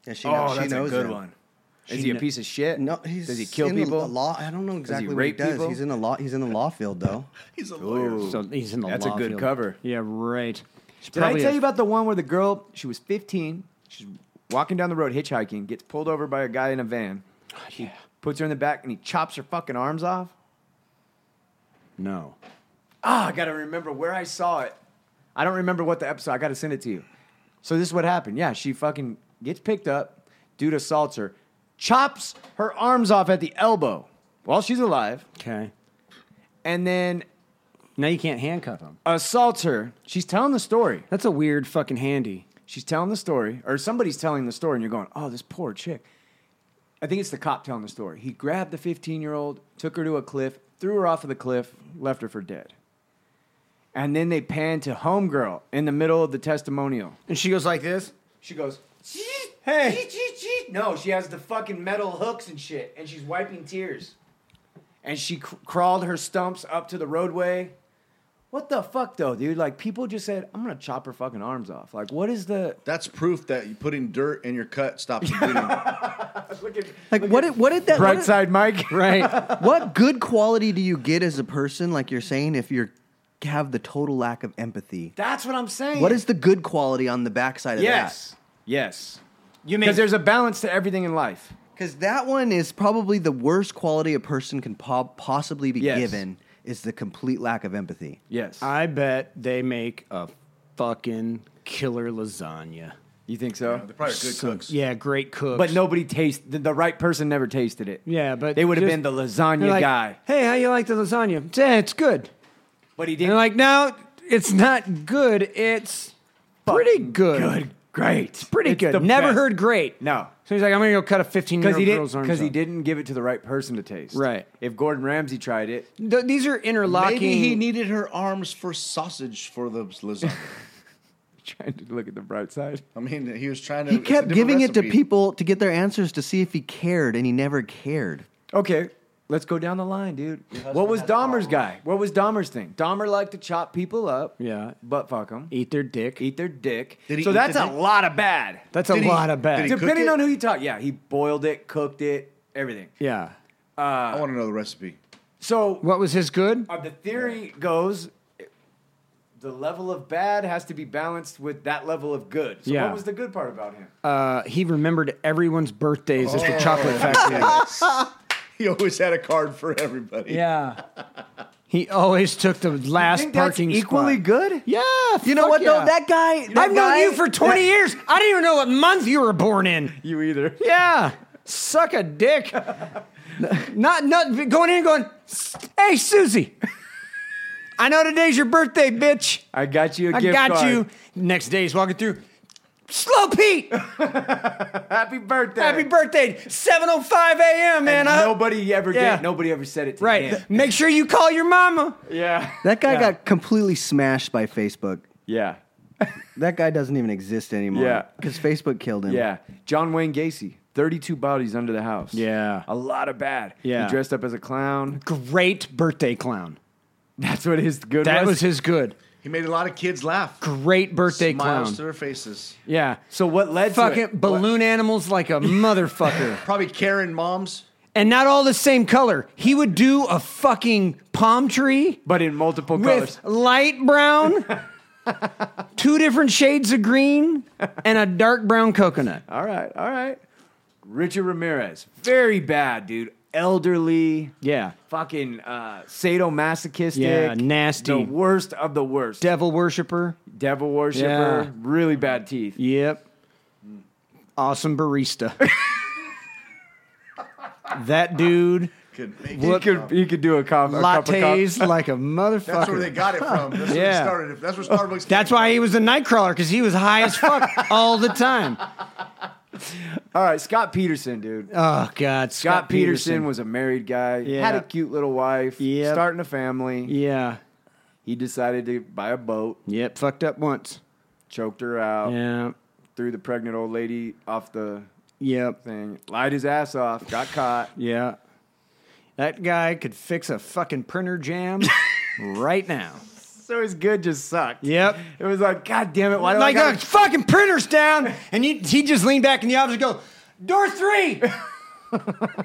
Speaker 3: yeah. She,
Speaker 4: Oh,
Speaker 3: knows, she
Speaker 4: that's a
Speaker 3: knows
Speaker 4: good
Speaker 3: him.
Speaker 4: one. Is he a
Speaker 1: kn-
Speaker 4: piece of shit?
Speaker 3: No, he's
Speaker 4: Does he kill
Speaker 3: in the
Speaker 4: people?
Speaker 3: law, I don't know exactly what
Speaker 4: rape
Speaker 3: he does.
Speaker 4: people?
Speaker 3: He's in the law. He's in the law
Speaker 4: <laughs>
Speaker 3: field though.
Speaker 2: He's a lawyer.
Speaker 1: So he's in the
Speaker 4: That's a
Speaker 1: law
Speaker 4: good
Speaker 1: field.
Speaker 4: cover.
Speaker 1: Yeah, right.
Speaker 4: Did I tell you about the one where the girl, she was 15, she's walking down the road hitchhiking, gets pulled over by a guy in a van,
Speaker 1: yeah.
Speaker 4: puts her in the back, and he chops her fucking arms off?
Speaker 1: No.
Speaker 4: Ah, I gotta remember where I saw it. I don't remember what the episode. I gotta send it to you. So this is what happened. Yeah, she fucking gets picked up. Dude assaults her, chops her arms off at the elbow while she's alive,
Speaker 1: Okay.
Speaker 4: and then
Speaker 1: Now you can't handcuff him.
Speaker 4: assaults her. She's telling the story.
Speaker 1: That's a weird fucking handy.
Speaker 4: She's telling the story, or somebody's telling the story, and you're going, "Oh, this poor chick." I think it's the cop telling the story. He grabbed the 15 year old, took her to a cliff, threw her off of the cliff, left her for dead. And then they pan to Homegirl in the middle of the testimonial.
Speaker 1: And she goes like this.
Speaker 4: She goes, hey. No, she has the fucking metal hooks and shit, and she's wiping tears. And she cr- crawled her stumps up to the roadway. What the fuck, though, dude? Like, people just said, I'm gonna chop her fucking arms off. Like, what is the.
Speaker 2: That's proof that you putting dirt in your cut stops the <laughs> bleeding.
Speaker 3: Like what? Did, what
Speaker 1: <laughs>
Speaker 3: did that? what,
Speaker 4: Right
Speaker 3: did-
Speaker 4: side, Mike?
Speaker 1: Right.
Speaker 3: what good quality do you get as a person? Like you're saying, if you're have the total lack of empathy.
Speaker 4: That's what I'm saying.
Speaker 3: What is the good quality on the backside of
Speaker 4: Yes. Yes.
Speaker 9: You mean
Speaker 4: Because there's a balance to everything in life.
Speaker 3: Because that one is probably the worst quality a person can po- possibly be
Speaker 4: Yes.
Speaker 3: given is the complete lack of empathy.
Speaker 4: Yes.
Speaker 1: I bet they make a fucking killer lasagna.
Speaker 4: you think so?
Speaker 2: They're probably good cooks.
Speaker 1: Yeah, great cook.
Speaker 4: But nobody tasted the, the right person never tasted it.
Speaker 1: Yeah, but
Speaker 4: They would have
Speaker 1: just-
Speaker 4: been the
Speaker 1: they're
Speaker 4: lasagna
Speaker 1: like,
Speaker 4: guy.
Speaker 1: Hey, how you like the lasagna? Yeah, it's good.
Speaker 4: But he
Speaker 1: And
Speaker 4: didn't
Speaker 1: they're like, no, it's not good. It's pretty good.
Speaker 4: good. Great.
Speaker 1: Pretty
Speaker 4: It's the
Speaker 1: good. Never
Speaker 4: best.
Speaker 1: heard great.
Speaker 4: No.
Speaker 1: So he's like, I'm gonna go cut a 15 year
Speaker 4: Because he
Speaker 1: old
Speaker 4: didn't
Speaker 1: girl's arms.
Speaker 4: because he
Speaker 1: off.
Speaker 4: didn't give it to the right person to taste.
Speaker 1: Right.
Speaker 4: If Gordon Ramsay tried it, <laughs>
Speaker 1: Th- these are interlocking.
Speaker 2: Maybe he needed her arms for sausage for the lasagna.
Speaker 4: trying to look at the bright side.
Speaker 2: I mean, he was trying to.
Speaker 3: He
Speaker 2: it's a
Speaker 3: kept
Speaker 2: different
Speaker 3: giving it to
Speaker 2: recipe.
Speaker 3: people to get their answers to see if he cared, and he never cared.
Speaker 4: Okay, let's go down the line, dude. What was Dahmer's guy? What was Dahmer's thing? Dahmer liked to chop people up.
Speaker 1: Yeah.
Speaker 4: Butt fuck them.
Speaker 1: eat their dick.
Speaker 4: Eat their dick.
Speaker 2: Did he
Speaker 4: so
Speaker 2: eat
Speaker 4: that's
Speaker 2: the
Speaker 4: a
Speaker 2: dick?
Speaker 4: lot of bad.
Speaker 1: That's a
Speaker 2: Did he-
Speaker 1: lot of
Speaker 2: did
Speaker 1: bad.
Speaker 2: he- cook
Speaker 4: Depending
Speaker 2: it?
Speaker 4: on who you talk. Yeah, he boiled it, cooked it, everything.
Speaker 1: yeah.
Speaker 2: I want to know the recipe.
Speaker 4: So
Speaker 1: What was his good?
Speaker 4: uh, the theory goes the level of bad has to be balanced with that level of good. So
Speaker 1: Yeah.
Speaker 4: what was the good part about him?
Speaker 1: Uh, he remembered everyone's birthdays at the chocolate factory.
Speaker 2: <laughs> He always had a card for everybody.
Speaker 1: Yeah. He always took the last
Speaker 4: think that's
Speaker 1: parking
Speaker 4: equally
Speaker 1: spot.
Speaker 4: good?
Speaker 1: Yeah.
Speaker 3: You know
Speaker 1: fuck
Speaker 3: what
Speaker 1: yeah.
Speaker 3: though? That guy. that
Speaker 1: I've known
Speaker 3: guy-
Speaker 1: you for 20 years. I didn't even know what month you were born in.
Speaker 4: You either.
Speaker 1: Yeah. Suck a dick. <laughs> not not going in and going, "Hey Susie. I know today's your birthday, bitch.
Speaker 4: I got you a
Speaker 1: I
Speaker 4: gift
Speaker 1: got
Speaker 4: card.
Speaker 1: you." Next day he's walking through Slow Pete,
Speaker 4: Happy birthday.
Speaker 1: happy birthday, 7:05 a.m. Man,
Speaker 4: And
Speaker 1: I hope-
Speaker 4: nobody ever
Speaker 1: Yeah.
Speaker 4: did. Nobody ever said it
Speaker 1: <laughs>
Speaker 4: to
Speaker 1: right.
Speaker 4: him.
Speaker 1: Make sure you call your mama.
Speaker 4: Yeah.
Speaker 3: That guy got completely smashed by Facebook.
Speaker 4: Yeah.
Speaker 3: That guy doesn't even exist anymore.
Speaker 4: Yeah.
Speaker 3: because Facebook killed him.
Speaker 4: Yeah. John Wayne Gacy. 32 bodies under the house.
Speaker 1: Yeah.
Speaker 4: A lot of bad.
Speaker 1: Yeah.
Speaker 4: He dressed up as a clown. <laughs>
Speaker 1: Great birthday clown.
Speaker 4: That's what his good
Speaker 1: That was
Speaker 4: was.
Speaker 1: his good.
Speaker 2: He made a lot of kids laugh.
Speaker 1: Great birthday
Speaker 2: Smiles to
Speaker 1: clown.
Speaker 2: their faces.
Speaker 1: Yeah.
Speaker 4: so what led to
Speaker 1: Fucking
Speaker 4: it?
Speaker 1: balloon animals like a motherfucker.
Speaker 2: Probably Karen moms.
Speaker 1: and not all the same color. He would do a fucking palm tree
Speaker 4: But in multiple colors.
Speaker 1: with light brown, <laughs> two different shades of green, and a dark brown coconut.
Speaker 4: All right. All right. Richard Ramirez. Very bad, dude. Elderly.
Speaker 1: Yeah.
Speaker 4: Fucking uh, sadomasochistic.
Speaker 1: Yeah, nasty.
Speaker 4: The worst of the worst.
Speaker 1: Devil worshiper.
Speaker 4: Devil worshiper.
Speaker 1: Yeah.
Speaker 4: Really bad teeth.
Speaker 1: Yep. Awesome barista. <laughs> that <laughs> dude
Speaker 2: Could make
Speaker 4: He
Speaker 2: it.
Speaker 4: could, he could do a, co- a cup of coffee.
Speaker 1: <laughs> lattes like a motherfucker.
Speaker 2: That's where they got it from. That's
Speaker 4: <laughs>
Speaker 2: where
Speaker 1: Yeah.
Speaker 2: it started. If That's where Starbucks.
Speaker 1: That's
Speaker 2: came
Speaker 1: why he was a nightcrawler because he was high as <laughs> fuck all the time.
Speaker 4: All right, Scott Peterson, dude.
Speaker 1: Oh God, Scott,
Speaker 4: Scott, Peterson, was a married guy.
Speaker 1: Yeah.
Speaker 4: Had a cute little wife.
Speaker 1: Yep.
Speaker 4: Starting a family.
Speaker 1: Yeah.
Speaker 4: He decided to buy a boat.
Speaker 1: Yep. Fucked up once.
Speaker 4: Choked her out.
Speaker 1: Yeah.
Speaker 4: Threw the pregnant old lady off the
Speaker 1: Yep.
Speaker 4: thing. Lied his ass off. Got
Speaker 1: <laughs>
Speaker 4: caught.
Speaker 1: Yeah. That guy could fix a fucking printer <laughs> jam right now.
Speaker 4: So his good just sucked.
Speaker 1: Yep.
Speaker 4: It was like, God damn it! Why do
Speaker 1: like,
Speaker 4: I
Speaker 1: uh,
Speaker 4: got?
Speaker 1: fucking printer's down. And you, he just leaned back in the office and go, door <laughs> three.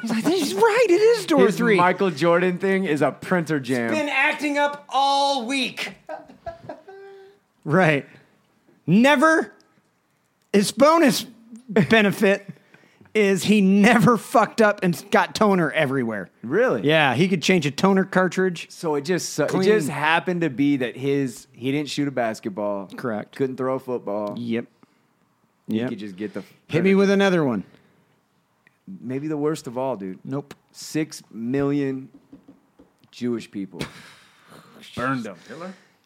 Speaker 1: He's like, he's right. It is door
Speaker 4: His
Speaker 1: three.
Speaker 4: Michael Jordan thing is a printer jam.
Speaker 1: Been acting up all week. <laughs> right. Never. His bonus benefit is he never fucked up and got toner everywhere.
Speaker 4: Really?
Speaker 1: Yeah, he could change a toner cartridge.
Speaker 4: So it just su- it
Speaker 1: Clean.
Speaker 4: just happened to be that his he didn't shoot a basketball.
Speaker 1: Correct.
Speaker 4: Couldn't throw a football.
Speaker 1: Yep.
Speaker 4: He
Speaker 1: Yep.
Speaker 4: could just get the
Speaker 1: Hit me with another one.
Speaker 4: maybe the worst of all, dude.
Speaker 1: Nope.
Speaker 4: six million Jewish people.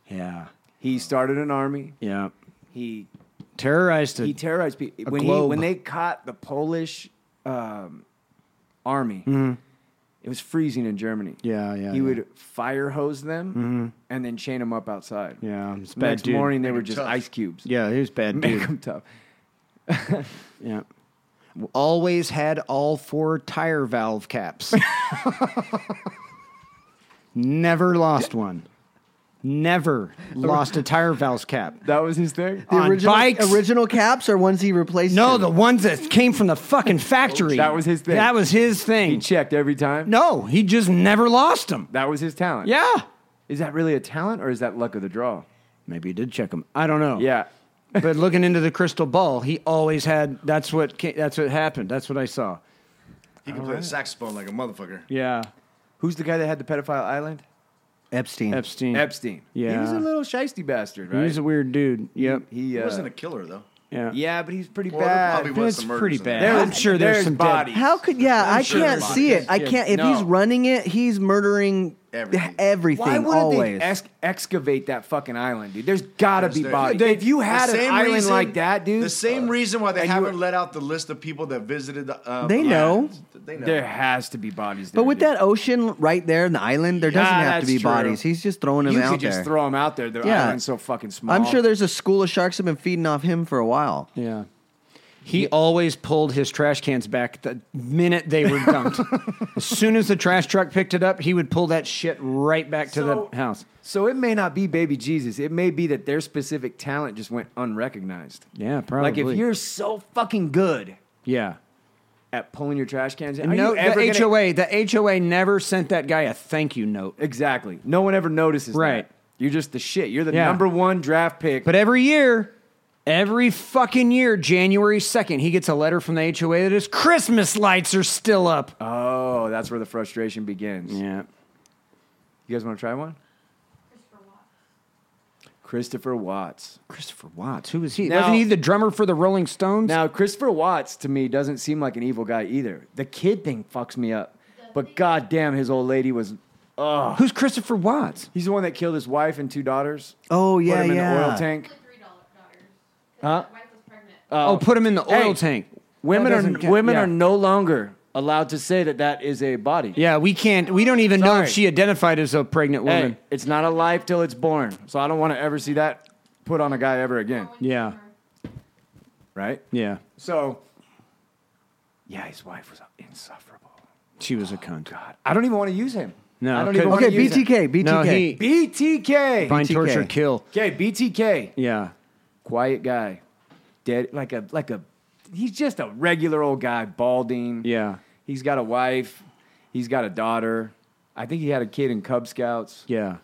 Speaker 1: Yeah.
Speaker 4: He started an army.
Speaker 1: Yeah.
Speaker 4: He
Speaker 1: Terrorized
Speaker 4: he
Speaker 1: a
Speaker 4: terrorized people. When he
Speaker 1: globe.
Speaker 4: when they caught the Polish um, army, it was freezing in Germany.
Speaker 1: Mm-hmm. Yeah, yeah,
Speaker 4: He
Speaker 1: yeah. Mm-hmm.
Speaker 4: would fire hose them and then chain them up outside.
Speaker 1: Yeah, it's a bad
Speaker 4: Next
Speaker 1: dude.
Speaker 4: morning they were just
Speaker 2: tough.
Speaker 4: ice cubes.
Speaker 1: Yeah, he was a bad
Speaker 4: <laughs> Make
Speaker 1: dude.
Speaker 4: them tough.
Speaker 1: Yeah. Always had all four tire valve caps. <laughs> Never lost one. Never lost a tire valve cap.
Speaker 4: That was his
Speaker 1: <laughs>
Speaker 4: thing.
Speaker 1: on
Speaker 3: original,
Speaker 1: bikes.
Speaker 3: original caps or ones he replaced.
Speaker 1: no,
Speaker 3: too?
Speaker 1: the ones that came from the fucking factory.
Speaker 4: That was his thing.
Speaker 1: That was his
Speaker 4: He
Speaker 1: thing.
Speaker 4: checked every time.
Speaker 1: no, he just never lost them.
Speaker 4: That was his talent.
Speaker 1: Yeah.
Speaker 4: Is that really a talent or is that luck of the draw?
Speaker 1: Maybe he did check them. I don't know.
Speaker 4: Yeah.
Speaker 1: but looking into the crystal ball, he always had. That's what. ca- That's what happened. That's what I saw.
Speaker 2: He can play the saxophone like a motherfucker.
Speaker 1: Yeah,
Speaker 4: Who's the guy that had the pedophile island?
Speaker 3: Epstein.
Speaker 1: Epstein.
Speaker 4: Hmm. Epstein. He was
Speaker 1: Yeah.
Speaker 4: a little shisty bastard,
Speaker 1: He
Speaker 4: right?
Speaker 1: was a weird dude. Yep.
Speaker 4: he,
Speaker 2: He
Speaker 4: uh,
Speaker 2: wasn't a killer though.
Speaker 1: yeah.
Speaker 4: yeah, but he's pretty
Speaker 2: Well, there
Speaker 4: bad.
Speaker 2: probably was
Speaker 1: It's
Speaker 2: some murders
Speaker 1: pretty
Speaker 2: in there.
Speaker 1: bad.
Speaker 4: There's-
Speaker 1: I'm sure there's some dead-
Speaker 4: bodies.
Speaker 3: How could yeah?
Speaker 2: I'm
Speaker 3: I
Speaker 2: sure
Speaker 3: can't
Speaker 2: there's
Speaker 3: see
Speaker 2: bodies.
Speaker 3: it. I
Speaker 1: Yeah.
Speaker 3: can't. If
Speaker 4: No.
Speaker 3: he's running it, he's murdering
Speaker 2: Everything.
Speaker 3: everything. everything
Speaker 4: Why wouldn't
Speaker 3: always.
Speaker 4: they ex- excavate that fucking island, dude? There's gotta
Speaker 2: There's
Speaker 4: be
Speaker 2: there-
Speaker 4: bodies.
Speaker 2: Yeah,
Speaker 4: if you had
Speaker 2: The
Speaker 4: an
Speaker 2: same
Speaker 4: island
Speaker 2: reason-
Speaker 4: like that, dude, Uh,
Speaker 2: The same reason why they
Speaker 4: and you
Speaker 2: haven't
Speaker 4: were-
Speaker 2: let out the list of people that visited the. Um,
Speaker 3: They
Speaker 2: the
Speaker 3: know.
Speaker 2: islands. They know.
Speaker 4: there has to be bodies. There,
Speaker 3: but with
Speaker 4: dude.
Speaker 3: that ocean right there in the island, there
Speaker 4: Yeah,
Speaker 3: doesn't have to
Speaker 4: that's
Speaker 3: be
Speaker 4: true.
Speaker 3: bodies. He's just throwing them
Speaker 4: you
Speaker 3: out
Speaker 4: could just
Speaker 3: there.
Speaker 4: throw them out there. The
Speaker 3: Yeah.
Speaker 4: island's so fucking small.
Speaker 3: I'm sure there's a school of sharks have been feeding off him for a while.
Speaker 1: Yeah. He always pulled his trash cans back the minute they were dumped. <laughs> as soon as the trash truck picked it up, he would pull that shit right back to
Speaker 4: So-
Speaker 1: the house.
Speaker 4: So it may not be baby Jesus. It may be that their specific talent just went unrecognized.
Speaker 1: Yeah, probably.
Speaker 4: Like if you're so fucking good
Speaker 1: yeah.
Speaker 4: at pulling your trash cans, are
Speaker 1: No,
Speaker 4: you ever
Speaker 1: the
Speaker 4: gonna-
Speaker 1: HOA, the HOA never sent that guy a thank you note.
Speaker 4: exactly. No one ever notices.
Speaker 1: Right.
Speaker 4: That. You're just the shit. You're the
Speaker 1: Yeah.
Speaker 4: number one draft pick.
Speaker 1: But every year, every fucking year, January 2nd, he gets a letter from the HOA that his Christmas lights are still up.
Speaker 4: oh, that's where the frustration begins.
Speaker 1: yeah.
Speaker 4: You guys want to try one?
Speaker 8: Christopher Watts.
Speaker 4: Christopher Watts.
Speaker 1: Christopher Watts. Who was he?
Speaker 4: Now-
Speaker 1: Wasn't he the drummer for the Rolling Stones?
Speaker 4: Now, Christopher Watts to me doesn't seem like an evil guy either. The kid thing fucks me up. But goddamn, his old lady was.
Speaker 1: Who's Christopher Watts?
Speaker 4: He's the one that killed his wife and two daughters.
Speaker 3: Oh
Speaker 4: put
Speaker 3: yeah,
Speaker 4: him in
Speaker 3: yeah.
Speaker 4: an oil tank.
Speaker 8: Only three dollar daughters. 'Cause
Speaker 4: Huh? Uh,
Speaker 8: his wife was pregnant.
Speaker 1: oh, put him in the oil
Speaker 4: Hey,
Speaker 1: tank.
Speaker 4: Women
Speaker 1: That
Speaker 4: are
Speaker 1: doesn't count.
Speaker 4: women
Speaker 1: Yeah.
Speaker 4: are no longer allowed to say that that is a body.
Speaker 1: Yeah, we can't. We don't even know
Speaker 4: Sorry.
Speaker 1: if she identified as a pregnant
Speaker 4: Hey,
Speaker 1: woman.
Speaker 4: it's not a life till it's born. So I don't want to ever see that put on a guy ever again.
Speaker 8: Owen
Speaker 1: yeah.
Speaker 8: Turner.
Speaker 4: Right?
Speaker 1: Yeah,
Speaker 4: So, yeah, his wife was insufferable.
Speaker 1: she was a cunt.
Speaker 4: God, I don't even want to use him.
Speaker 1: No,
Speaker 4: I don't even
Speaker 1: could-
Speaker 4: want
Speaker 3: Okay,
Speaker 4: to use him.
Speaker 3: BTK, BTK.
Speaker 1: No, he
Speaker 4: BTK.
Speaker 1: find
Speaker 3: BTK.
Speaker 1: torture kill.
Speaker 4: Okay, BTK.
Speaker 1: Yeah,
Speaker 4: Quiet guy, dead like a like a. He's just a regular old guy, balding.
Speaker 1: yeah,
Speaker 4: He's got a wife. He's got a daughter. I think he had a kid in Cub Scouts.
Speaker 1: yeah.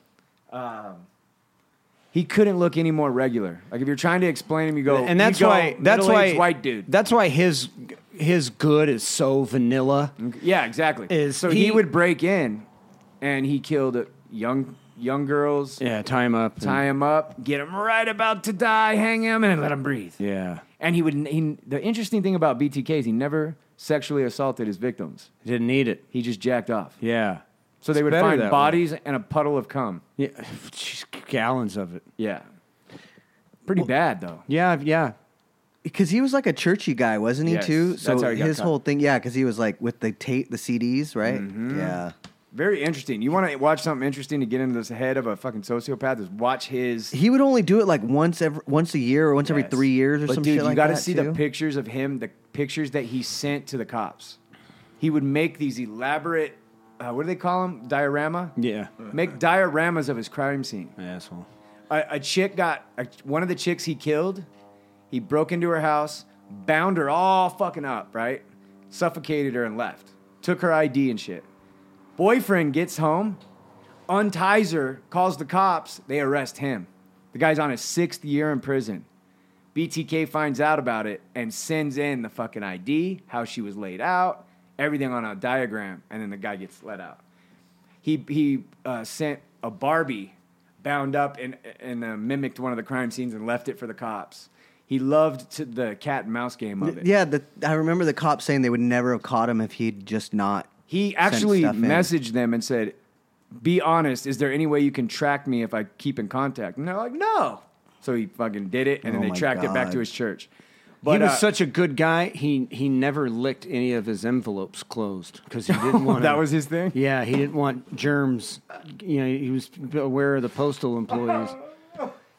Speaker 4: He couldn't look any more regular. Like if you're trying to explain him, you go
Speaker 1: And that's
Speaker 4: you go,
Speaker 1: why. That's why.
Speaker 4: middle-aged white dude.
Speaker 1: That's why his his good is so vanilla.
Speaker 4: yeah, exactly.
Speaker 1: Is
Speaker 4: so he,
Speaker 1: he-
Speaker 4: would break in, and he killed young young girls.
Speaker 1: Yeah, tie him
Speaker 3: Mm.
Speaker 1: up.
Speaker 4: Tie him up, get him right about to die, hang him, and let him breathe.
Speaker 1: Yeah,
Speaker 4: And he would. He, the interesting thing about BTK is he never sexually assaulted his victims.
Speaker 1: didn't need it.
Speaker 4: He just jacked off.
Speaker 1: Yeah,
Speaker 4: So they would
Speaker 1: better
Speaker 4: find
Speaker 1: that way.
Speaker 4: bodies and a puddle of cum. <sighs>
Speaker 1: yeah. Jeez, gallons of it.
Speaker 4: Yeah, pretty bad though.
Speaker 1: Yeah, yeah.
Speaker 3: because he was like a churchy guy, wasn't he?
Speaker 4: Yes,
Speaker 3: too.
Speaker 4: that's
Speaker 3: So
Speaker 4: how he got
Speaker 3: his
Speaker 4: caught.
Speaker 3: whole thing, yeah, because he was like with the tape, the CDs, right?
Speaker 4: Mm-hmm.
Speaker 3: Yeah.
Speaker 4: Very interesting. You want to watch something interesting to get into this head of a fucking sociopath? Is watch his.
Speaker 3: He would only do it like once every once a year or once every
Speaker 4: Yes.
Speaker 3: three years or
Speaker 4: but
Speaker 3: some
Speaker 4: dude,
Speaker 3: shit
Speaker 4: you
Speaker 3: like
Speaker 4: gotta
Speaker 3: that.
Speaker 4: see the
Speaker 3: too.
Speaker 4: pictures of him, the pictures that he sent to the cops. He would make these elaborate. Uh, what do they call them? Diorama.
Speaker 1: Yeah.
Speaker 4: Make dioramas of his crime scene.
Speaker 1: Asshole.
Speaker 4: A, a chick got a, one of the chicks he killed. He broke into her house, bound her all fucking up, right? Suffocated her and left. Took her ID and shit. Boyfriend gets home, unties her, calls the cops. They arrest him. The guy's on his sixth year in prison. BTK finds out about it and sends in the fucking ID, how she was laid out, everything on a diagram, and then the guy gets let out he he uh, sent a Barbie bound up and and uh, mimicked one of the crime scenes and left it for the cops. He loved to, the cat and mouse game of it.
Speaker 3: Yeah, the, I remember the cops saying they would never have caught him if he'd just not.
Speaker 4: He actually
Speaker 3: stuff in.
Speaker 4: messaged them and said, "Be honest, is there any way you can track me if I keep in contact?" And they're like, "No." So he fucking did it, and
Speaker 3: Oh
Speaker 4: then
Speaker 3: my
Speaker 4: they tracked it back
Speaker 3: God.
Speaker 4: to his church. But
Speaker 1: he was
Speaker 4: uh,
Speaker 1: such a good guy. He he never licked any of his envelopes closed because he
Speaker 4: <laughs>
Speaker 1: didn't want.
Speaker 4: that was his thing.
Speaker 1: Yeah, he didn't want germs. You know, he was aware of the postal employees,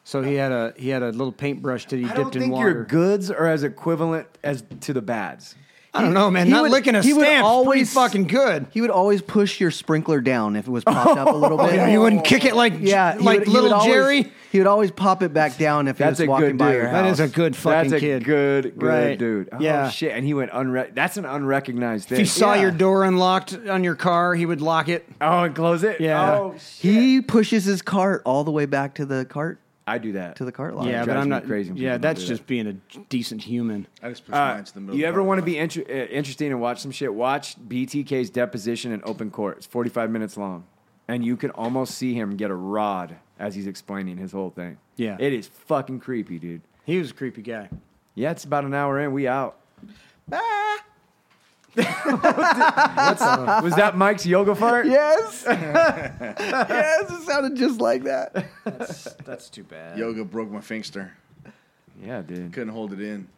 Speaker 1: so he had a he had a little paintbrush that he
Speaker 4: I don't
Speaker 1: dipped in
Speaker 4: think
Speaker 1: water.
Speaker 4: your goods are as equivalent as to the bads.
Speaker 1: I don't know, man.
Speaker 3: He
Speaker 1: not
Speaker 3: would-
Speaker 1: licking a
Speaker 3: he would
Speaker 1: stamp's
Speaker 3: always-
Speaker 1: pretty fucking good.
Speaker 3: He would always push your sprinkler down if it was popped up a
Speaker 1: <laughs>
Speaker 3: little bit.
Speaker 1: Oh, Yeah, he wouldn't kick it like yeah,
Speaker 3: Yeah, he
Speaker 1: like
Speaker 3: would- he would
Speaker 1: little
Speaker 3: always-
Speaker 1: Jerry.
Speaker 3: He would always pop it back down if
Speaker 4: That's
Speaker 3: he
Speaker 4: a
Speaker 3: was walking
Speaker 4: good
Speaker 3: by
Speaker 4: dude.
Speaker 3: your
Speaker 1: That
Speaker 3: house.
Speaker 1: is a good fucking
Speaker 4: That's a
Speaker 1: kid.
Speaker 4: good, good
Speaker 1: Right.
Speaker 4: dude. Oh,
Speaker 1: Yeah.
Speaker 4: shit. And he went unre- That's an unrecognized thing.
Speaker 1: If he saw
Speaker 4: Yeah.
Speaker 1: your door unlocked on your car, he would lock it.
Speaker 4: Oh, and close it.
Speaker 1: Yeah.
Speaker 4: Oh, shit.
Speaker 3: He pushes his cart all the way back to the cart.
Speaker 4: I do that.
Speaker 3: to the cart lot.
Speaker 4: it
Speaker 1: Yeah, but
Speaker 4: drives
Speaker 1: I'm
Speaker 4: me
Speaker 1: not
Speaker 4: crazy
Speaker 1: crazy.
Speaker 4: when
Speaker 1: Yeah,
Speaker 4: people don't
Speaker 1: that's
Speaker 4: do
Speaker 1: just being a decent human.
Speaker 2: I just push
Speaker 4: Uh,
Speaker 2: mine to the middle.
Speaker 4: you
Speaker 2: of
Speaker 4: ever
Speaker 2: the
Speaker 4: want to
Speaker 2: car.
Speaker 4: be inter- uh, interesting and watch some shit? Watch BTK's deposition in open court. It's 45 minutes long. And you can almost see him get a rod as he's explaining his whole thing.
Speaker 1: Yeah.
Speaker 4: It is fucking creepy, dude.
Speaker 1: He was a creepy guy.
Speaker 4: Yeah, it's about an hour in.
Speaker 2: <laughs>
Speaker 4: We out. What's- was that Mike's yoga fart?
Speaker 3: <laughs> Yes. <laughs> yes, it sounded just like that.
Speaker 1: That's too bad.
Speaker 2: Yoga broke my finger.
Speaker 4: Yeah, dude.
Speaker 2: Couldn't hold it in.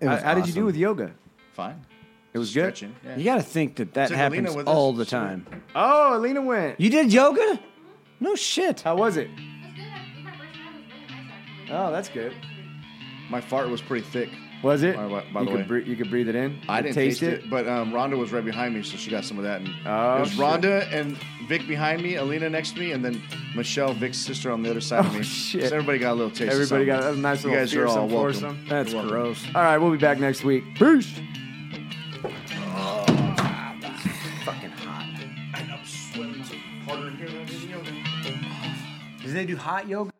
Speaker 3: It
Speaker 4: How,
Speaker 3: was
Speaker 4: how did you do
Speaker 3: awesome.
Speaker 4: with yoga?
Speaker 2: Fine.
Speaker 4: It was good?
Speaker 2: Stretching. Yeah.
Speaker 1: You got to think that that
Speaker 2: Took Alina
Speaker 1: happens
Speaker 2: with us.
Speaker 1: all the
Speaker 2: She-
Speaker 1: time.
Speaker 4: Oh, Alina went.
Speaker 1: You did yoga? No shit.
Speaker 4: How was it?
Speaker 8: It's good. I think my first time was really nice, actually.
Speaker 4: Oh, that's good.
Speaker 2: My fart was pretty thick.
Speaker 4: Was it?
Speaker 2: By the way- by
Speaker 4: you,
Speaker 2: the
Speaker 4: could
Speaker 2: way.
Speaker 4: Bre- you could breathe it in.
Speaker 2: I
Speaker 4: You
Speaker 2: didn't taste, it, but um, Rhonda was right behind me, so she got some of that. And
Speaker 4: Oh,
Speaker 2: it was
Speaker 4: shit.
Speaker 2: Rhonda and Vic behind me, Alina next to me, and then Michelle, Vic's sister, on the other side of
Speaker 4: Oh,
Speaker 2: me.
Speaker 4: shit.
Speaker 2: So everybody got a little taste. of
Speaker 4: Everybody got
Speaker 2: something.
Speaker 4: a nice
Speaker 2: You
Speaker 4: little
Speaker 2: guys are all
Speaker 4: fearsome
Speaker 2: welcome.
Speaker 4: foursome.
Speaker 1: That's
Speaker 2: You're welcome.
Speaker 1: gross.
Speaker 4: All right, we'll be back next week. Peace.
Speaker 1: Did they do hot yoga?